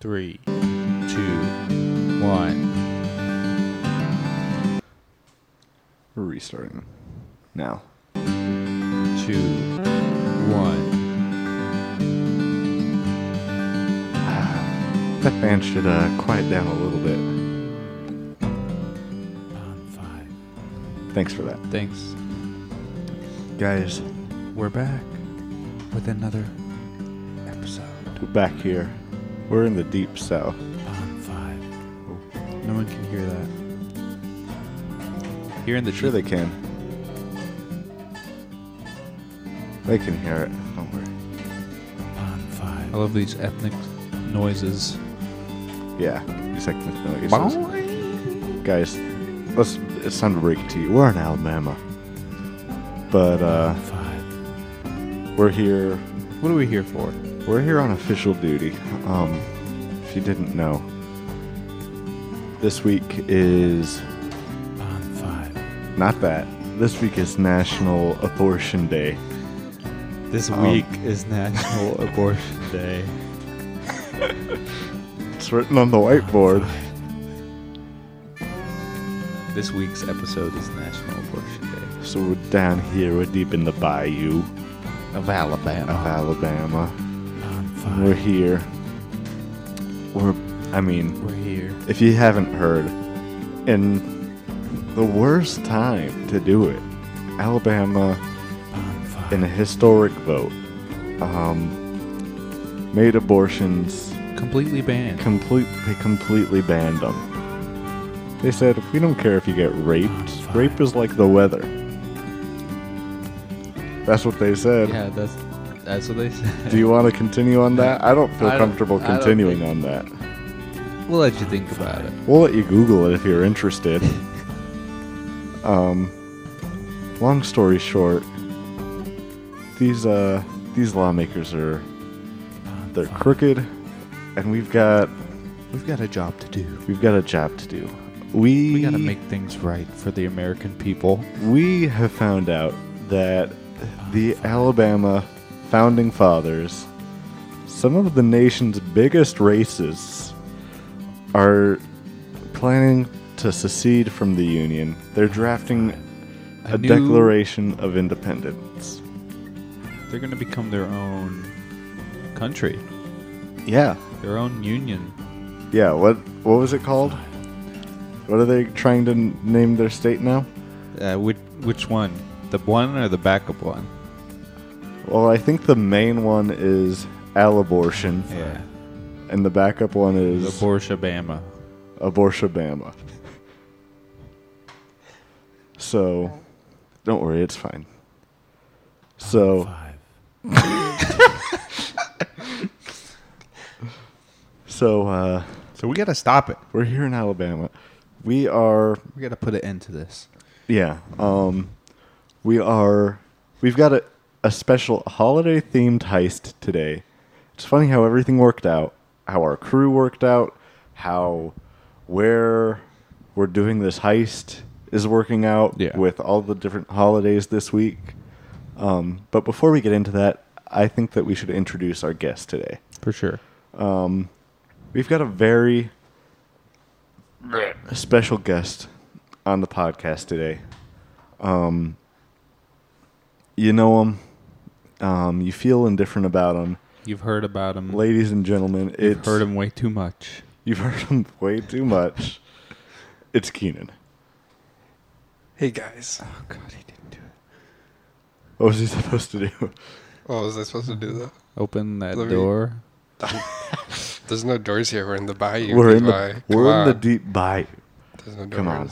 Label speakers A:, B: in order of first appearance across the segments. A: three, two, one.
B: We're restarting now.
A: Two, one.
B: That band should uh, quiet down a little bit.
A: Pound five.
B: Thanks for that,
A: Thanks.
B: guys.
A: We're back with another episode.
B: We're back here. We're in the deep south.
A: Pound five. No one can hear that. Here in the
B: Sure, they
A: deep-
B: can. They can hear it. Don't worry.
A: I love these ethnic noises.
B: Yeah, these like noises. Guys, let's. It's time to break it to you. We're in Alabama, but uh,
A: Five.
B: we're here.
A: What are we here for?
B: We're here on official duty. Um, if you didn't know, this week is
A: Pound five.
B: not that. This week is National Abortion Day.
A: This
B: Um,
A: week is National Abortion Day.
B: It's written on the whiteboard.
A: This week's episode is National Abortion Day.
B: So we're down here, we're deep in the bayou
A: Of Alabama.
B: of Alabama.
A: Oh,
B: We're here. We're, I mean,
A: We're here.
B: if you haven't heard, and the worst time to do it, Alabama, in a historic vote, um, made abortions
A: Completely banned.
B: complete they completely banned them. They said we don't care if you get
A: Oh,
B: raped. Rape is like the weather. That's what they said.
A: yeah, that's that's what they said.
B: Do you want to continue on that? I don't feel
A: I don't-
B: comfortable
A: I don't
B: continuing
A: think-
B: on that.
A: we'll let you think about it.
B: We'll let you Google it if you're interested. um, long story short, these uh these lawmakers are they're crooked, and we've got
A: We've got a job to do.
B: we've got a job to do. We
A: We gotta make things right for the American people.
B: We have found out that the Alabama founding fathers, some of the nation's biggest racists, are planning to secede from the Union. They're drafting a,
A: new-
B: declaration of independence.
A: They're gonna become their own country,
B: Yeah.
A: their own union.
B: Yeah, what what was it called? What are they trying to n- name their state now?
A: Uh, which which one? The one or the backup one?
B: Well, I think the main one is Alabortion,
A: Yeah.
B: and the backup one
A: The
B: is
A: Borshabama.
B: Abortion-bama. So, don't worry, it's fine. So, so uh,
A: So we gotta stop it.
B: we're here in Alabama. We are,
A: We gotta put an end to this.
B: yeah, um, we are, we've got a, a special holiday themed heist today. It's funny how everything worked out, how our crew worked out, how where we're doing this heist is working out
A: Yeah.
B: with all the different holidays this week. Um, but before we get into that, I think that we should introduce our guest today.
A: For sure.
B: We've got a very special guest on the podcast today. Um, you know him. Um, you feel indifferent about him,
A: You've heard about him.
B: ladies and gentlemen.
A: You've
B: it's
A: heard him way too much.
B: You've heard him way too much. It's Keenan.
C: Hey guys.
A: Oh God, he didn't do it.
B: What was he supposed to do?
C: Oh, was I supposed to do that?
A: Open that
C: Let me-
A: door.
C: There's no doors here. We're in the bayou.
B: we're in
C: Levi.
B: the
C: Come
B: we're in the
C: on.
B: deep bayou.
C: There's no doors.
B: come on.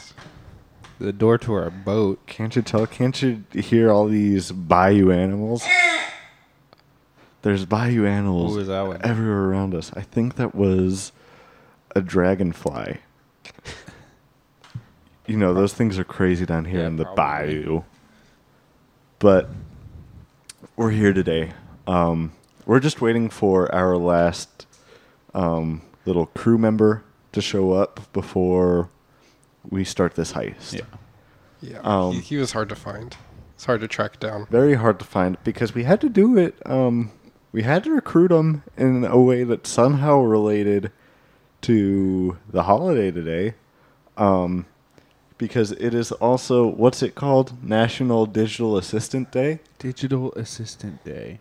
A: The door to our boat.
B: Can't you tell? Can't you hear all these bayou animals? There's bayou animals
A: Who was that one?
B: everywhere around us. I think that was a dragonfly. you know, those things are crazy down here
A: Yeah,
B: in the
A: probably.
B: bayou. But we're here today. Um, we're just waiting for our last um, little crew member to show up before we start this heist.
A: Yeah.
C: Yeah.
B: Um,
C: he, he was hard to find. It's hard to track down.
B: very hard to find because we had to do it um we had to recruit them in a way that somehow related to the holiday today. Um, because it is also, what's it called? National Digital Assistant Day.
A: Digital Assistant Day.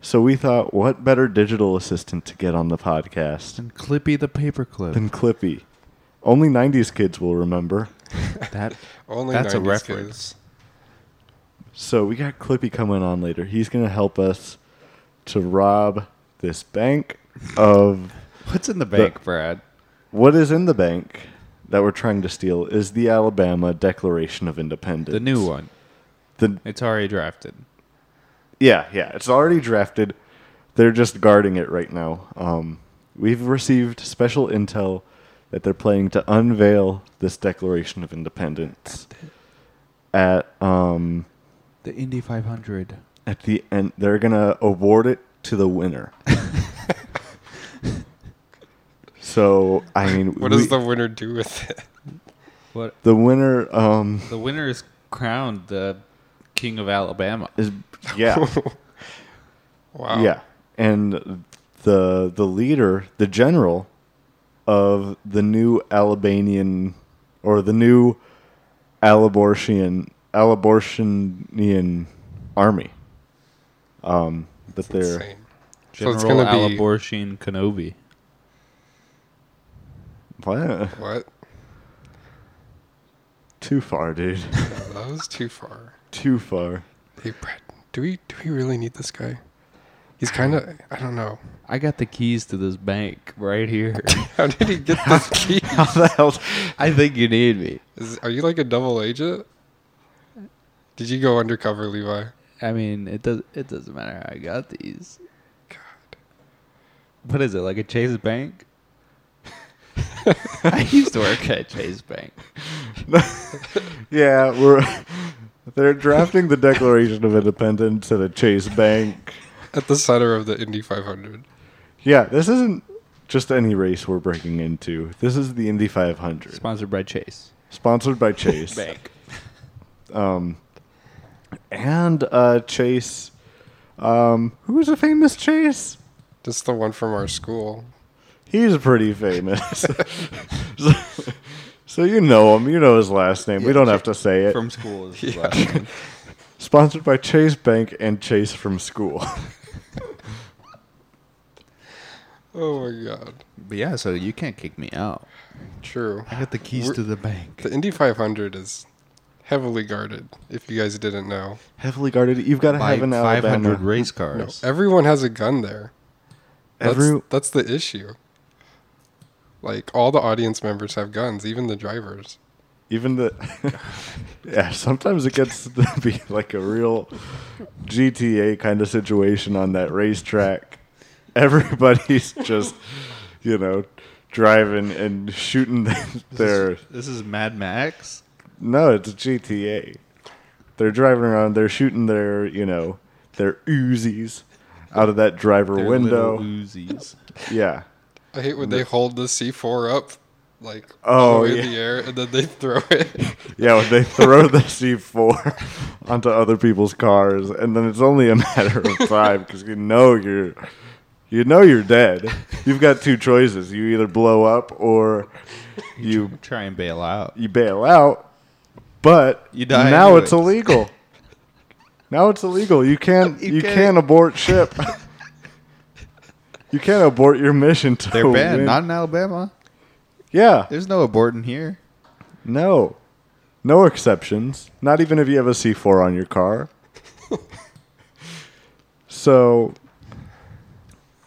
B: So we thought, what better digital assistant to get on the podcast
A: And Clippy the paperclip.
B: than Clippy? Only 90s kids will remember.
A: that
C: Only
A: That's a
C: 90s
A: reference.
C: kids.
B: So we got Clippy coming on later. He's going to help us to rob this bank of
A: what's in the bank, Brad?
B: what is in the bank that we're trying to steal is the Alabama Declaration of Independence.
A: The new one.
B: The
A: It's already drafted.
B: yeah, yeah, it's already drafted. They're just guarding it right now. Um, we've received special intel that they're planning to unveil this Declaration of Independence at um,
A: The Indy 500.
B: at the end. They're gonna award it to the winner. so I mean,
C: What
B: we-
C: does the winner do with it?
A: What
B: the winner? Um,
A: the winner is crowned the king of Alabama.
B: is yeah.
C: Wow.
B: Yeah, and the the leader, the general of the new Albanian or the new Alabortian Alabortianian army. Um, that
C: It's
B: they're
C: insane. So
A: General
C: it's gonna be-
A: Alaborshin Kenobi.
B: what?
C: What?
B: Too far, dude.
C: No, that was too far.
B: Too far.
C: Hey, Brett, do we do we really need this guy? He's kind of I don't know.
A: I got the keys to this bank right here.
C: How did he get this key?
B: How the hell?
A: I think you need me.
C: Is, are you like a double agent? Did you go undercover, Levi?
A: I mean, it does. It doesn't matter how I got these.
C: God,
A: What is it like a Chase Bank? I used to work at Chase Bank.
B: yeah, we're they're drafting the Declaration of Independence at a Chase Bank.
C: at the center of the Indy 500.
B: Yeah, this isn't just any race we're breaking into. This is the Indy 500,
A: Sponsored by Chase
B: sponsored by Chase.
A: Bank.
B: um, and uh, Chase, um, who's a famous Chase?
C: Just the one from our school.
B: He's pretty famous. so, so you know him. You know his last name. we
A: Yeah,
B: don't
A: Ch-
B: have to say it.
A: From school is his
C: Yeah.
A: last name.
B: Sponsored by Chase Bank and Chase from school.
C: Oh my God.
A: But yeah, so you can't kick me out.
C: True.
A: I got the keys
C: We're-
A: to the bank.
C: The Indy 500 is heavily guarded. If you guys didn't know,
B: Heavily guarded. You've got to
A: By
B: have an
A: 500
B: Alabama.
A: race
C: no,
A: cars.
C: everyone has a gun there. That's,
B: Every,
C: that's the issue. Like all the audience members have guns, even the drivers.
B: even the yeah sometimes it gets to be like a real gta kind of situation on that racetrack everybody's just you know driving and shooting their
A: This is Mad Max.
B: no it's gta they're driving around they're shooting their you know their uzis out of that driver
A: Their little
B: window
A: Uzis.
B: yeah
C: I hate when they hold the C4 up, like
B: Oh,
C: all the way in
B: yeah.
C: the air, and then they throw it.
B: yeah when they throw the c4 onto other people's cars and then it's only a matter of time because you know you're you know you're dead you've got two choices you either blow up or you
A: Try and bail out.
B: you bail out but
A: You die
B: now
A: anyways.
B: it's illegal now it's illegal you can't
A: You
B: you,
A: can't-
B: can't, abort ship you can't abort your mission to
A: They're banned.
B: win.
A: Not in Alabama.
B: yeah
A: There's no aborting here.
B: No. No exceptions. Not even if you have a C4 on your car. so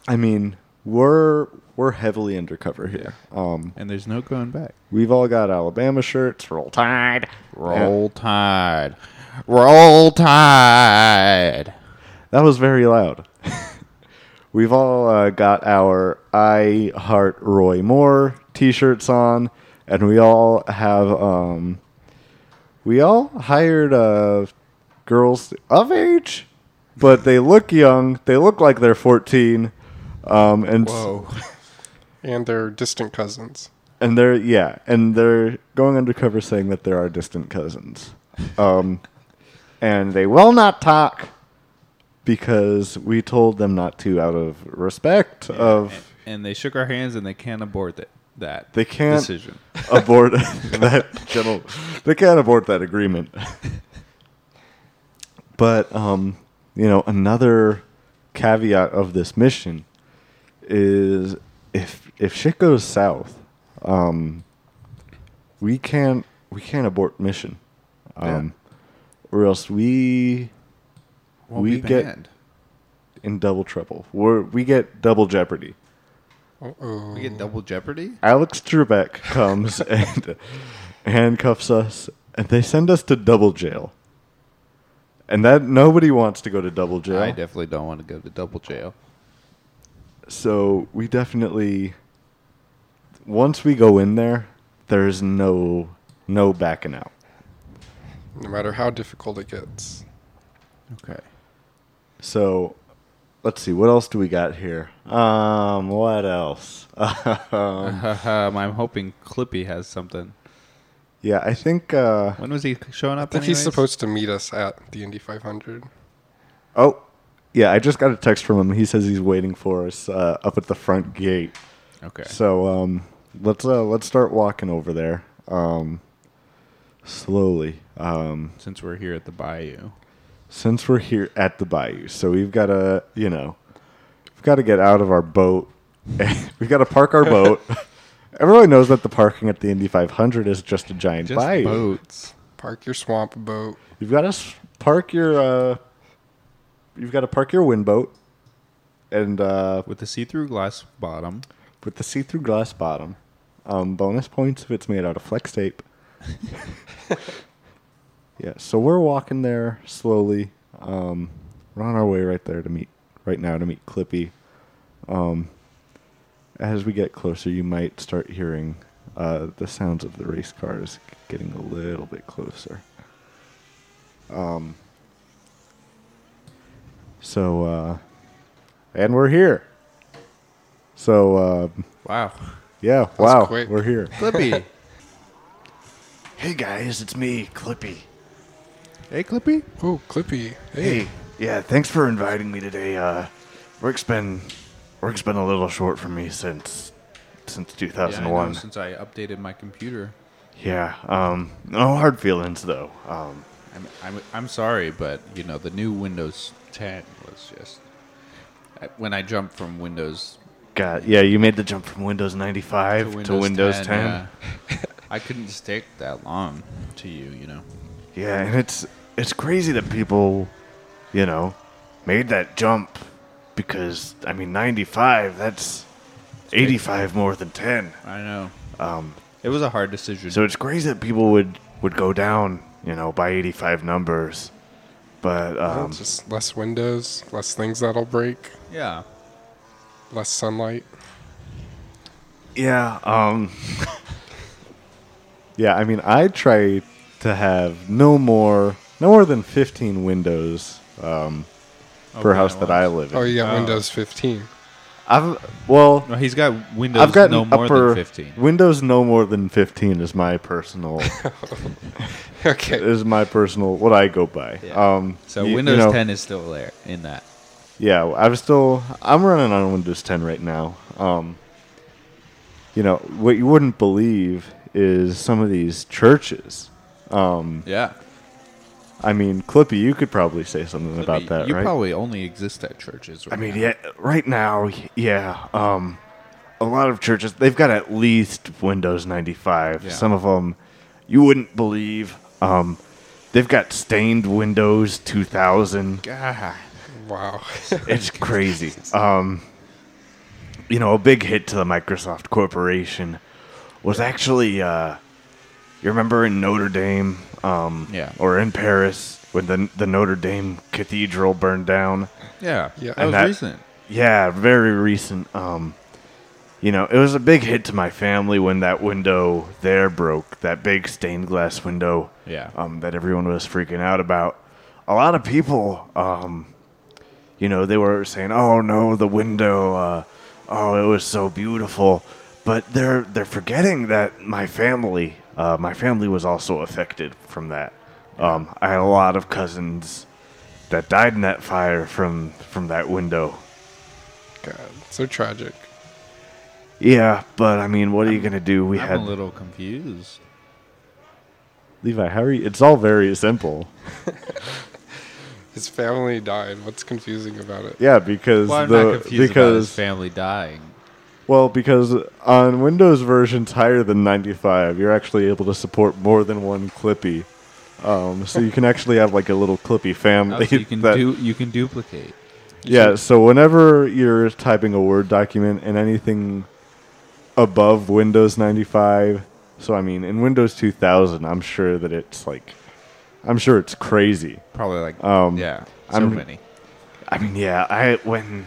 B: I mean, we're we're heavily undercover here. Um
A: And there's no going back.
B: we've all got Alabama shirts, roll tide.
A: Roll Tide. Roll Tide.
B: That was very loud. We've all uh, got our I Heart Roy Moore T-shirts on, and we all have um, we all hired uh, girls of age, but they look young. They look like they're fourteen, um, and s-
C: and they're distant cousins.
B: and they're yeah, and they're going undercover saying that they're our distant cousins, um, and they will not talk because we told them not to out of respect of
A: and, and they shook our hands and they can't abort that that
B: They can't-
A: decision.
B: abort that general. They can't abort that agreement. but um, you know, another caveat of this mission is if if shit goes south, um, we can't we can't abort mission, um, or else we
A: Won't
B: we
A: be
B: get-
A: banned.
B: in double trouble. We're, we get double jeopardy.
C: Uh-oh.
A: we get double jeopardy.
B: Alex Trebek comes and handcuffs us, and they send us to double jail. And that nobody wants to go to double jail.
A: I definitely don't want to go to double jail.
B: so we definitely, once we go in there, there's no no backing out.
C: No matter how difficult it gets.
A: Okay.
B: So, let's see what else do we got here. Um, what else? um,
A: I'm hoping Clippy has something.
B: yeah, I think. Uh,
A: When was he showing up?
C: I think he's
A: anyways?
C: supposed to meet us at the Indy 500.
B: Oh, yeah. I just got a text from him. He says he's waiting for us uh, up at the front gate.
A: Okay.
B: So um, let's uh, let's start walking over there um, slowly. Um,
A: Since we're here at the Bayou.
B: since we're here at the bayou, so we've got to you know we've got to get out of our boat. we've got to park our boat. Everyone knows that the parking at the Indy 500 is just a giant
A: Just
B: bayou.
A: boats.
C: Park your swamp boat.
B: You've got to park your uh, you've got to park your wind boat and uh,
A: With the see through glass bottom.
B: with the see-through glass bottom. Um, bonus points if it's made out of flex tape. yeah, so we're walking there slowly. Um, we're on our way right there to meet right now to meet Clippy. Um, as we get closer, you might start hearing uh, the sounds of the race cars getting a little bit closer. Um, so, uh, and we're here. So, um,
A: Wow.
B: yeah, wow,
C: quick.
B: we're here.
A: Clippy.
B: Hey guys, it's me, Clippy.
A: hey, Clippy.
C: Oh, Clippy. Hey.
B: Hey, yeah, thanks for inviting me today. Uh, work's been work's been a little short for me since since
A: Yeah, I know,
B: 2001.
A: since I updated my computer.
B: Yeah, um, no hard feelings though. Um,
A: I'm, I'm, I'm sorry, but, you know, the new Windows 10 was just. I- When I jumped from Windows
B: God, yeah, you made the jump from Windows 95
A: to Windows,
B: to Windows 10.
A: 10, yeah, I couldn't stick that long to you, you know.
B: Yeah, and it's it's crazy that people, you know, made that jump because I mean 95 that's 85 more than 10.
A: I know.
B: Um,
A: It was a hard decision.
B: So it's crazy that people would would go down, you know, by 85 numbers. But
C: Well,
B: um,
C: just less windows, less things that'll break,
A: yeah.
C: less sunlight.
B: yeah, um Yeah, I mean, I try to have no more no more than 15 windows um, per
A: Open
B: house
A: at
B: that
A: once.
B: I live in.
C: Oh, you got Windows 15.
B: I've well,
A: No, he's got Windows
B: I've got
A: no more
B: upper
A: than 15.
B: Windows no more than 15 is my personal
C: Okay.
B: is my personal what I go by.
A: Yeah.
B: Um
A: So
B: y- you
A: Windows
B: know,
A: 10 is still there in that.
B: yeah i'm still i'm running on windows 10 right now um you know what you wouldn't believe is some of these churches um
A: Yeah.
B: i mean clippy you could probably say something about that
A: you
B: right
A: probably only exist at churches.
B: i
A: Right
B: mean
A: now.
B: yeah right now y- yeah um a lot of churches they've got at least windows 95
A: Yeah.
B: some of them you wouldn't believe um they've got stained windows 2000
A: God.
B: uh,
C: Wow.
B: it's crazy. Um, you know, a big hit to the Microsoft Corporation was actually, uh, you remember in Notre Dame, um,
A: Yeah.
B: or in Paris when the the Notre Dame Cathedral burned down.
A: Yeah.
C: Yeah.
A: That
C: And
A: was
B: that-
A: recent.
B: Yeah, very recent. Um, you know, it was a big hit to my family when that window there broke, that big stained glass window.
A: Yeah.
B: Um, that everyone was freaking out about. A lot of people, um, you know, they were saying, "Oh no, the window! Uh, oh, it was so beautiful." But they're they're forgetting that my family, uh, my family was also affected from that. Um, I had a lot of cousins that died in that fire from from that window.
C: God, so tragic.
B: Yeah, but I mean, what are you gonna do? We
A: I'm
B: had
A: a little confused.
B: Levi Harry. It's all very simple.
C: His family died. What's confusing about it?
B: Yeah, because
A: Well, I'm
B: the
A: not confused about his
B: because
A: family dying.
B: well because on Windows versions higher than 95, you're actually able to support more than one Clippy. Um, so you can actually have like a little Clippy
A: Oh,
B: family.
A: so you can
B: that-
A: do you can duplicate.
B: Yeah, so whenever you're typing a Word document and anything above Windows 95, so I mean, in Windows 2000, I'm sure that it's like, I'm sure it's crazy.
A: Probably like
B: Um,
A: yeah, so
B: I'm-
A: many.
B: I mean, yeah, I, when,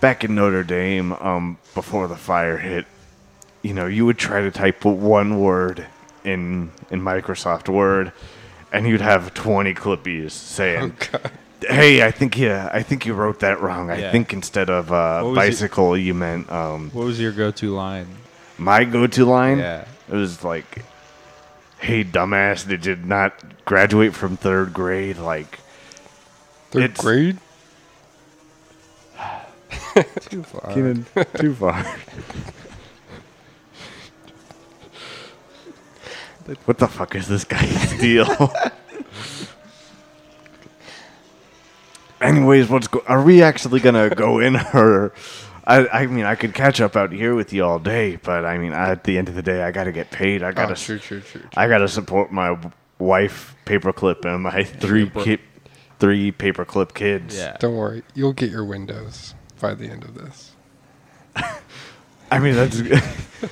B: back in Notre Dame, um, before the fire hit, you know, you would try to type one word in, in Microsoft Word, and you'd have 20 Clippies saying,
C: Oh God.
B: Hey, I think yeah, I think you wrote that wrong. I
A: Yeah.
B: think instead of
A: What
B: uh,
A: was it?
B: bicycle, you meant um,
A: What was your go-to line?
B: my go-to line.
A: Yeah.
B: It was like, "Hey, dumbass, did you not graduate from third grade?" Like,
C: Third
B: It's-
C: grade?
A: Too far.
B: Keenan,
C: Uh,
B: too far. what the fuck is this guy's deal? Anyways, what's go- are we actually gonna go in or? I, I mean, I could catch up out here with you all day, but I mean, at the end of the day, I gotta get paid. I gotta,
C: Oh, true, true, true.
B: I gotta support my w- wife, paperclip, and my three
A: Paper-
B: ki- three paperclip kids.
A: Yeah.
C: Don't worry. You'll get your windows by the end of this.
B: I mean, that's.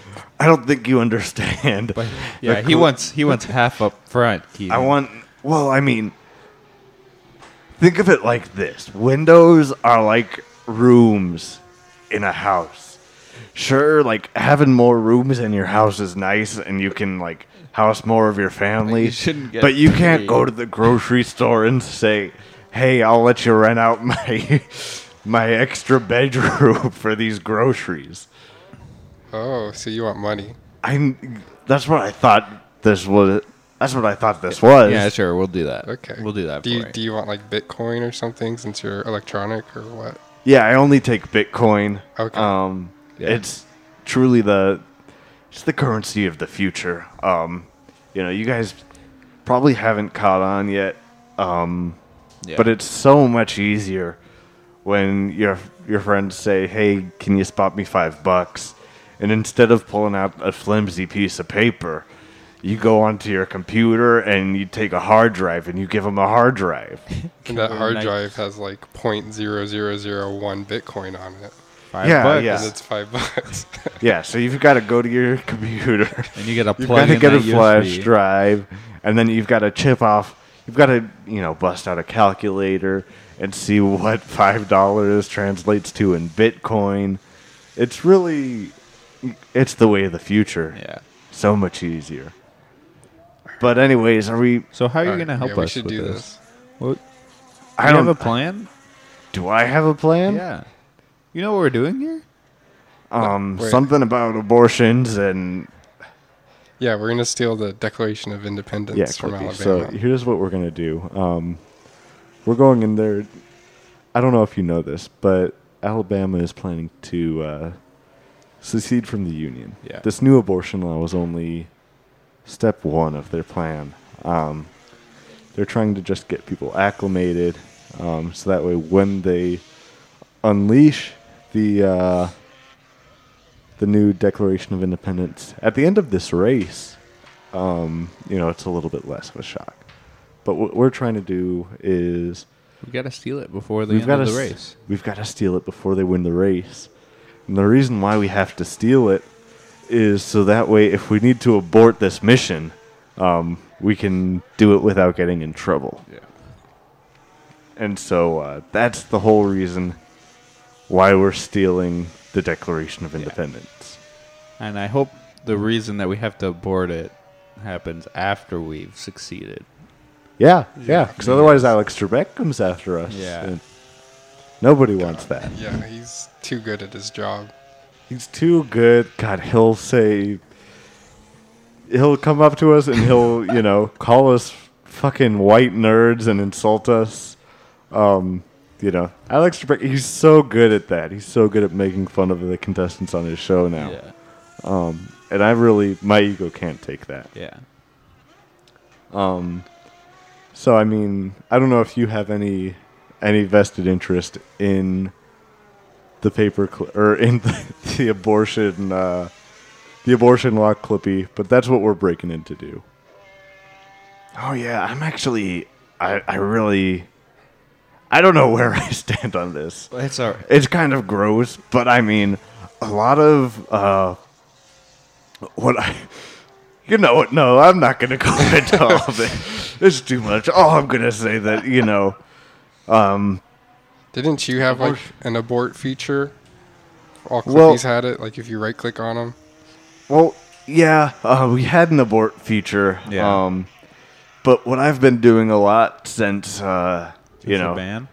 B: I don't think you understand.
A: But yeah,
B: The
A: he
B: cl-
A: wants he wants half up front. Keaton.
B: I want. Well, I mean, think of it like this: windows are like rooms in a house. Sure, like having more rooms in your house is nice, and you can like house more of your family.
A: you shouldn't get
B: but you can't
A: paid.
B: go to the grocery store and say, "Hey, I'll let you rent out my my extra bedroom for these groceries."
C: Oh, so you want money?
B: I. That's what I thought this was. That's what I thought this was.
A: Yeah, sure, we'll do that.
C: Okay.
A: we'll do that.
C: Do
A: for
C: you,
A: you.
C: do you want like Bitcoin or something since you're electronic or what?
B: Yeah, I only take Bitcoin.
C: Okay.
B: Um,
A: Oh, Yeah.
B: it's truly the it's the currency of the future. Um, you know, you guys probably haven't caught on yet. Um,
A: Yeah.
B: but it's so much easier when your your friends say, "Hey, can you spot me five bucks?" And instead of pulling out a flimsy piece of paper, you go onto your computer and you take a hard drive and you give them a hard drive.
C: And
A: Kinda
C: that hard
A: nice.
C: drive has like 0.0001 Bitcoin on it.
A: Five
B: yeah,
A: bucks,
B: yeah.
C: And it's five bucks.
B: yeah, so you've got to go to your computer.
A: and you get a
B: You've
A: plug
B: got to
A: in
B: get a
A: that USB.
B: flash drive, and then you've got to chip off. You've got to, you know, bust out a calculator and see what five dollars translates to in Bitcoin. It's really, it's the way of the future.
A: Yeah.
B: So much easier. But anyways, are we?
A: So how are you
C: All right,
A: going to help us
C: yeah, we should
A: with
C: do
A: this?
C: this.
A: Well,
B: I
A: I have
B: don't.
A: a plan.
B: do I have a plan?
A: Yeah. You know what we're doing here?
B: Um,
C: Wait.
B: something about abortions and
C: Yeah, we're gonna steal the Declaration of Independence
B: yeah,
C: from
B: Clippy.
C: Alabama.
B: So here's what we're gonna do. Um, we're going in there. I don't know if you know this, but Alabama is planning to uh, secede from the union.
A: Yeah.
B: This new abortion law was only step one of their plan. Um, they're trying to just get people acclimated, um, so that way when they unleash the uh, the new Declaration of Independence at the end of this race, um, you know, it's a little bit less of a shock. But what we're trying to do is
A: We got to steal it before the
B: we've
A: end
B: got
A: of
B: to
A: the race.
B: we've got to steal it before they win the race. And the reason why we have to steal it is so that way, if we need to abort this mission, um, we can do it without getting in trouble.
A: Yeah.
B: And so uh, that's the whole reason why we're stealing the Declaration of Independence.
A: And I hope the reason that we have to abort it happens after we've succeeded.
B: Yeah, yeah. Because otherwise, Alex Trebek comes after us.
A: Yeah.
B: and nobody wants that.
C: yeah, he's too good at his job.
B: He's too good. God, he'll say. He'll come up to us and he'll, you know, call us fucking white nerds and insult us. you know, Alex Trebek, he's so good at that. He's so good at making fun of the contestants on his show now.
A: Yeah.
B: And I really, my ego can't take that.
A: Yeah.
B: So I mean, I don't know if you have any any vested interest in the paper cl- or in the, the abortion uh, the abortion law clippy, but that's what we're breaking in to do. Oh yeah, I'm actually I I really I don't know where I stand on this.
A: It's all right.
B: It's kind of gross, but I mean, a lot of uh, what I, you know what? No, I'm not going to go into all of it. It's too much. All I'm going to say that you know,
C: Didn't you have like an abort feature? All Clippies
B: Well-
C: had it. Like if you right click on them,
B: well, yeah, uh, we had an abort feature.
A: Yeah.
B: Um, but what I've been doing a lot since, uh, you know,
A: ban.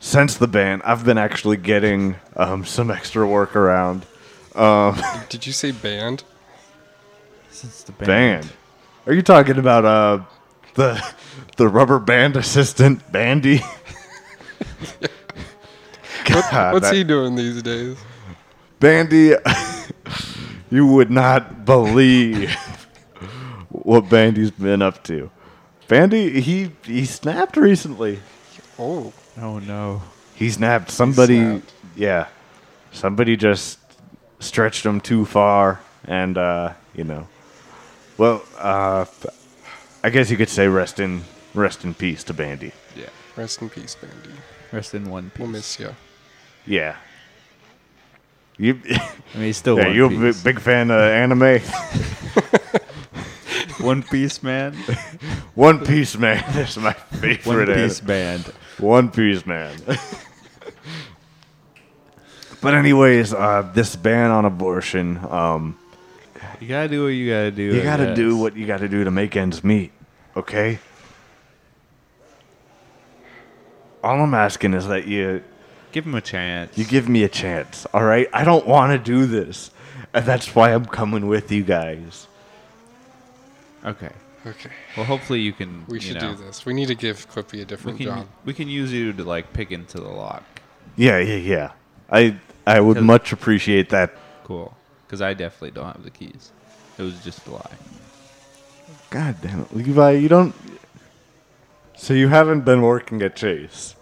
B: since the ban, I've been actually getting um, some extra work around
C: did you say banned?
A: Since the ban.
B: band. Are you talking about uh the the rubber band assistant Bandy? God,
C: What's
B: Uh, that-
C: he doing these days?
B: Bandy? you would not believe what Bandy's been up to. Bandy, he he snapped recently.
C: Oh,
A: Oh no.
B: He snapped somebody.
C: snapped.
B: Yeah, somebody just stretched him too far, and uh, you know, well, uh, I guess you could say rest in rest in peace to Bandy.
C: yeah. Rest in peace, Bandy.
A: Rest in one piece.
C: We'll miss you.
B: Yeah. You,
A: I mean, he's still
B: yeah,
A: one
B: you a
A: piece.
B: big, big fan of anime?
A: one Piece Man.
B: One Piece Man is my
A: One
B: favorite.
A: Piece
B: anime.
A: Band.
B: One Piece Man. but anyways, uh, this ban on abortion. Um,
A: You gotta do what you gotta do.
B: You
A: I
B: gotta
A: guess.
B: do what you gotta do to make ends meet, okay? All I'm asking is that you
A: Give him a chance.
B: you give me a chance, all right? I don't want to do this, and that's why I'm coming with you guys.
A: okay.
C: Okay.
A: Well, hopefully you can.
C: We
A: you
C: should
A: know,
C: do this. We need to give Clippy a
A: We
C: different
A: can
C: job.
A: we can use you to like pick into the lock.
B: Yeah, yeah, yeah. I I would
A: Cause-
B: much appreciate that.
A: Cool. Because I definitely don't have the keys. It was just a lie.
B: God damn it, Levi, you don't. So you haven't been working at Chase.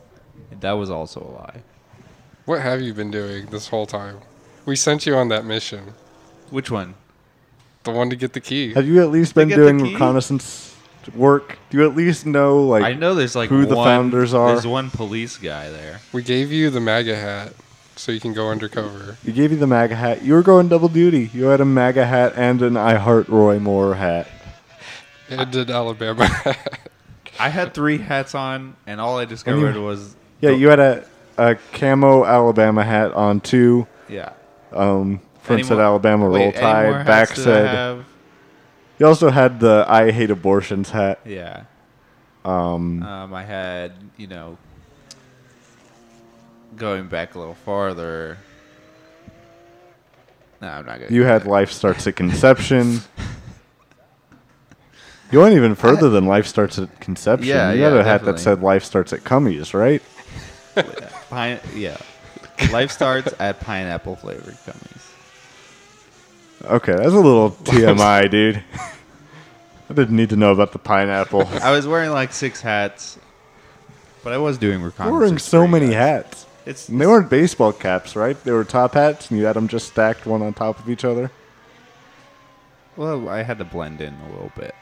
A: That was also a lie.
C: What have you been doing this whole time? We sent you on that mission,
A: Which one?
C: the one to get the key.
B: Have you at least been
A: get the
B: doing
A: key?
B: reconnaissance work? Do you at least know like
A: I know there's like
B: who the
A: one-
B: founders are?
A: There's one police guy there.
C: We gave you the MAGA hat so you can go undercover.
B: You gave you the MAGA hat. You were going double duty. You had a MAGA hat and an I Heart Roy Moore hat.
C: It did Alabama. hat.
A: I had three hats on, and all I discovered
B: Anyway.
A: was
B: Yeah,
A: the-
B: you had a, a camo Alabama hat on too.
A: yeah.
B: Um, front
A: Any
B: said
A: more-
B: Alabama
A: wait,
B: roll
A: any more hats
B: tide. Back
A: did I
B: said
A: have?
B: you also had the I hate abortions hat.
A: yeah.
B: Um,
A: Um, I had you know going back a little farther. No, I'm not gonna.
B: you
A: do
B: had
A: that.
B: life starts at conception. you went even further than life starts at conception.
A: Yeah,
B: you had
A: yeah,
B: a hat that
A: definitely.
B: said life starts at cummies, right?
A: Pine, yeah. Life starts at pineapple flavored gummies.
B: Okay, that's a little TMI, dude. I didn't need to know about the pineapple.
A: I was wearing like six hats, but I was doing
B: We're
A: reconnaissance.
B: wearing so
A: for you
B: many
A: guys.
B: hats.
A: It's,
B: And they weren't baseball caps, right? They were top hats, and you had them just stacked one on top of each other.
A: well. I had to blend in a little bit.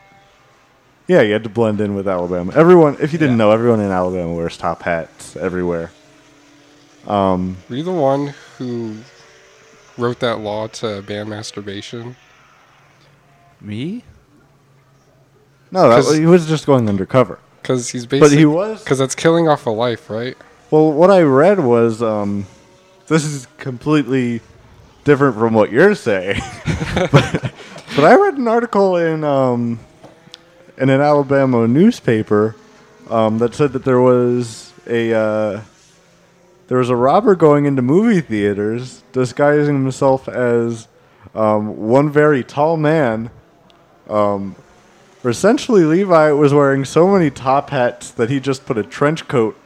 B: Yeah, you had to blend in with Alabama. Everyone, if you didn't
A: Yeah.
B: know, everyone in Alabama wears top hats everywhere.
C: Were you the one who wrote that law to ban masturbation?
A: Me?
B: No, that,
C: 'Cause-
B: he was just going undercover.
C: Because he's
B: But
C: basically.
B: he was.
C: Because that's killing off a life, right?
B: Well, what I read was um, this is completely different from what you're saying. but, but I read an article in um, in an Alabama newspaper um, that said that there was a uh, there was a robber going into movie theaters disguising himself as um, one very tall man. Um, essentially, Levi was wearing so many top hats that he just put a trench coat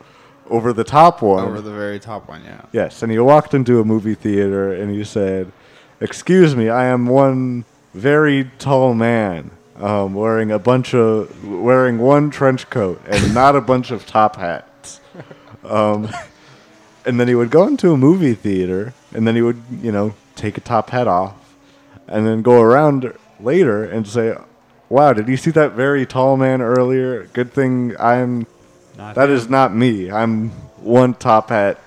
B: over the top one.
A: Over the very top one, yeah.
B: Yes, and he walked into a movie theater and he said, "Excuse me, I am one very tall man, um, wearing a bunch of wearing one trench coat and not a bunch of top hats." Um, and then he would go into a movie theater and then he would, you know, take a top hat off and then go around later and say, "Wow, did you see that very tall man earlier? Good thing I'm
A: Not
B: that is not me. I'm one top hat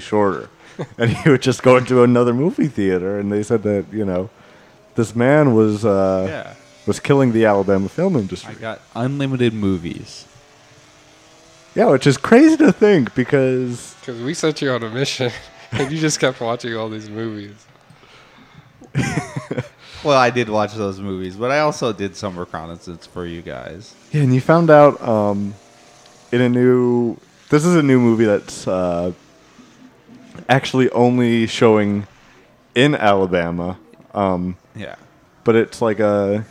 B: shorter. and he would just go into another movie theater, and they said that you know, this man was uh,
A: Yeah.
B: was killing the Alabama film industry.
A: I got unlimited movies.
B: yeah, which is crazy to think because
C: Because we sent you on a mission and you just kept watching all these movies.
A: Well, I did watch those movies, but I also did some reconnaissance for you guys.
B: Yeah, and you found out um, in a new. This is a new movie that's uh, actually only showing in Alabama, um,
A: Yeah.
B: but it's like a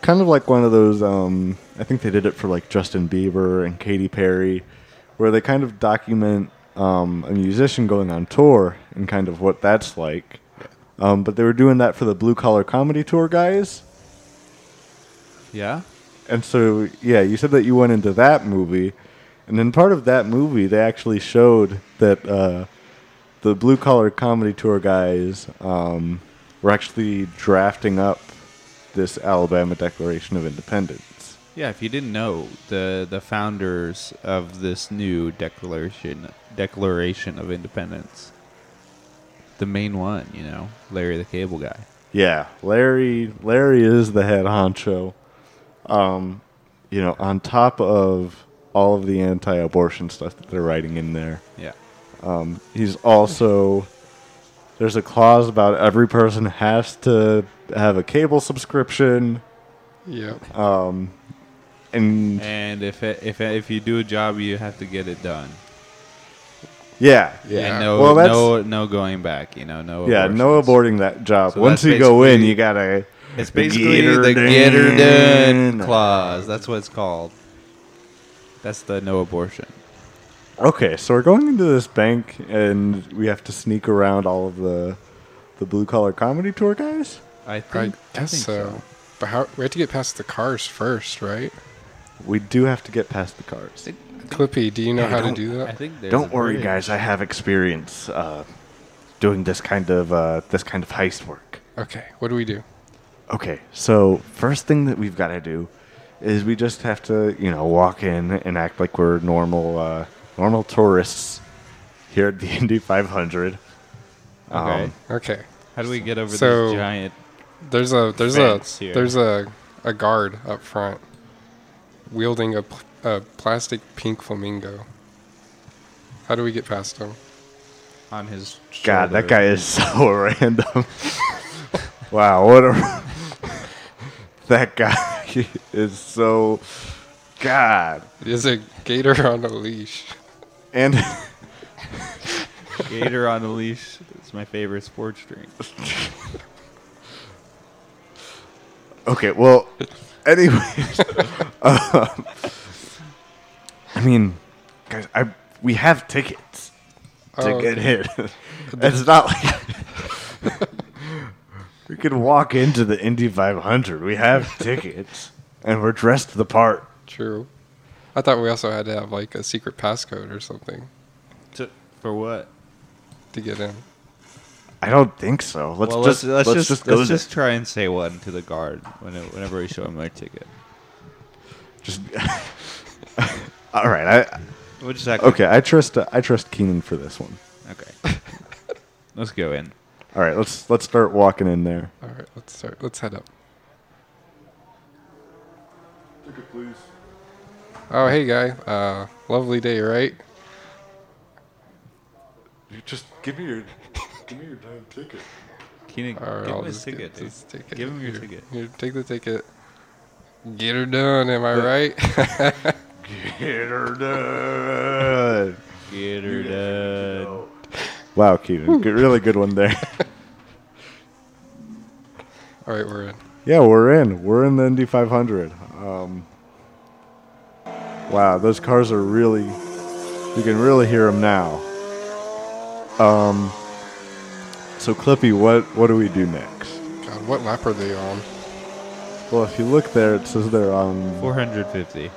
B: kind of like one of those. Um, I think they did it for like Justin Bieber and Katy Perry, where they kind of document um, a musician going on tour and kind of what that's like. Um, but they were doing that for the blue collar comedy tour guys.
A: Yeah?
B: And so, yeah, you said that you went into that movie, and then part of that movie, they actually showed that uh, the blue collar comedy tour guys um, were actually drafting up this Alabama Declaration of Independence.
A: Yeah, if you didn't know, the the founders of this new declaration declaration of independence. The main one, you know, Larry the Cable Guy.
B: Yeah, Larry. Larry is the head honcho. Um, you know, on top of all of the anti-abortion stuff that they're writing in there.
A: Yeah.
B: He's also there's a clause about every person has to have a cable subscription,
C: Yep.
B: and
A: And if it, if if you do a job, you have to get it done.
B: yeah,
C: Yeah.
A: And no
B: Well, that's-
A: no no going back, you know, no
B: yeah, no
A: abortions.
B: aborting that job.
A: So
B: Once
A: that's
B: you go in,
A: basically-
B: you gotta.
A: It's basically the
B: done.
A: get her done clause. That's what it's called. That's the no abortion.
B: Okay, so we're going into this bank, and we have to sneak around all of the the blue collar comedy tour guys.
A: I
C: I
A: think, I
C: guess
A: think
C: so.
A: so.
C: But how, we have to get past the cars first, right?
B: We do have to get past the cars.
C: Clippy, do you know
B: Hey,
C: how to
B: don't-
C: do
A: I
C: that?
A: think there's
B: Don't
A: a
B: worry,
A: bridge.
B: guys. I have experience uh, doing this kind of uh, this kind of heist work.
C: Okay, what do we do?
B: Okay, so first thing that we've got to do is we just have to, you know, walk in and act like we're normal, uh, normal tourists here at the Indy 500.
A: Okay.
B: Um,
C: Okay.
A: How do we get over
C: So-
A: this giant?
C: There's a there's
A: Fence
C: a
A: here.
C: there's a, a guard up front wielding a, pl- a plastic pink flamingo. How do we get past him?
A: on his
B: God, that
A: shoulder.
B: guy is so random. wow, what a that guy is so God
C: Is a gator on a leash?
B: and
A: gator on a leash. It's my favorite sports drink.
B: okay. Well, anyways, um, I mean, guys, I we have tickets. to
C: Oh,
B: get hit. it's not like we could walk into the Indy 500. We have tickets, and we're dressed the part.
C: True. I thought we also had to have like a secret passcode or something
A: To, for what?
C: to get in.
B: I don't think so. Let's
A: well,
B: just
A: let's,
B: let's,
A: let's
B: just
A: just
B: go
A: let's
B: there.
A: just try and say one to the guard when it- whenever we show him our ticket.
B: Just- all right. I
A: We'll just act like-
B: okay. I trust uh, I trust Keenan for this one.
A: Okay. let's go in.
B: All right. Let's let's start walking in there.
C: All right, let's start. Let's head up.
B: Ticket, please.
C: Oh, hey guy. Uh, lovely day, right?
B: Just give me your give me your damn ticket.
A: Keenan,
C: All right,
A: give
C: I'll
A: him his
C: just get
A: ticket, dude.
C: this ticket.
A: Give him your
C: Here,
A: ticket.
C: Here, take the ticket. Get her done. Am I right?
B: Get her done.
A: Get her done.
B: Wow, Keenan, good, really good one there.
C: All right, we're in.
B: Yeah, we're in. We're in the Indy 500. Um, wow, those cars are really, You can really hear them now. Um, so Clippy, what what do we do next?
C: God, what lap are they on?
B: Well, if you look there, it says they're on
A: 450.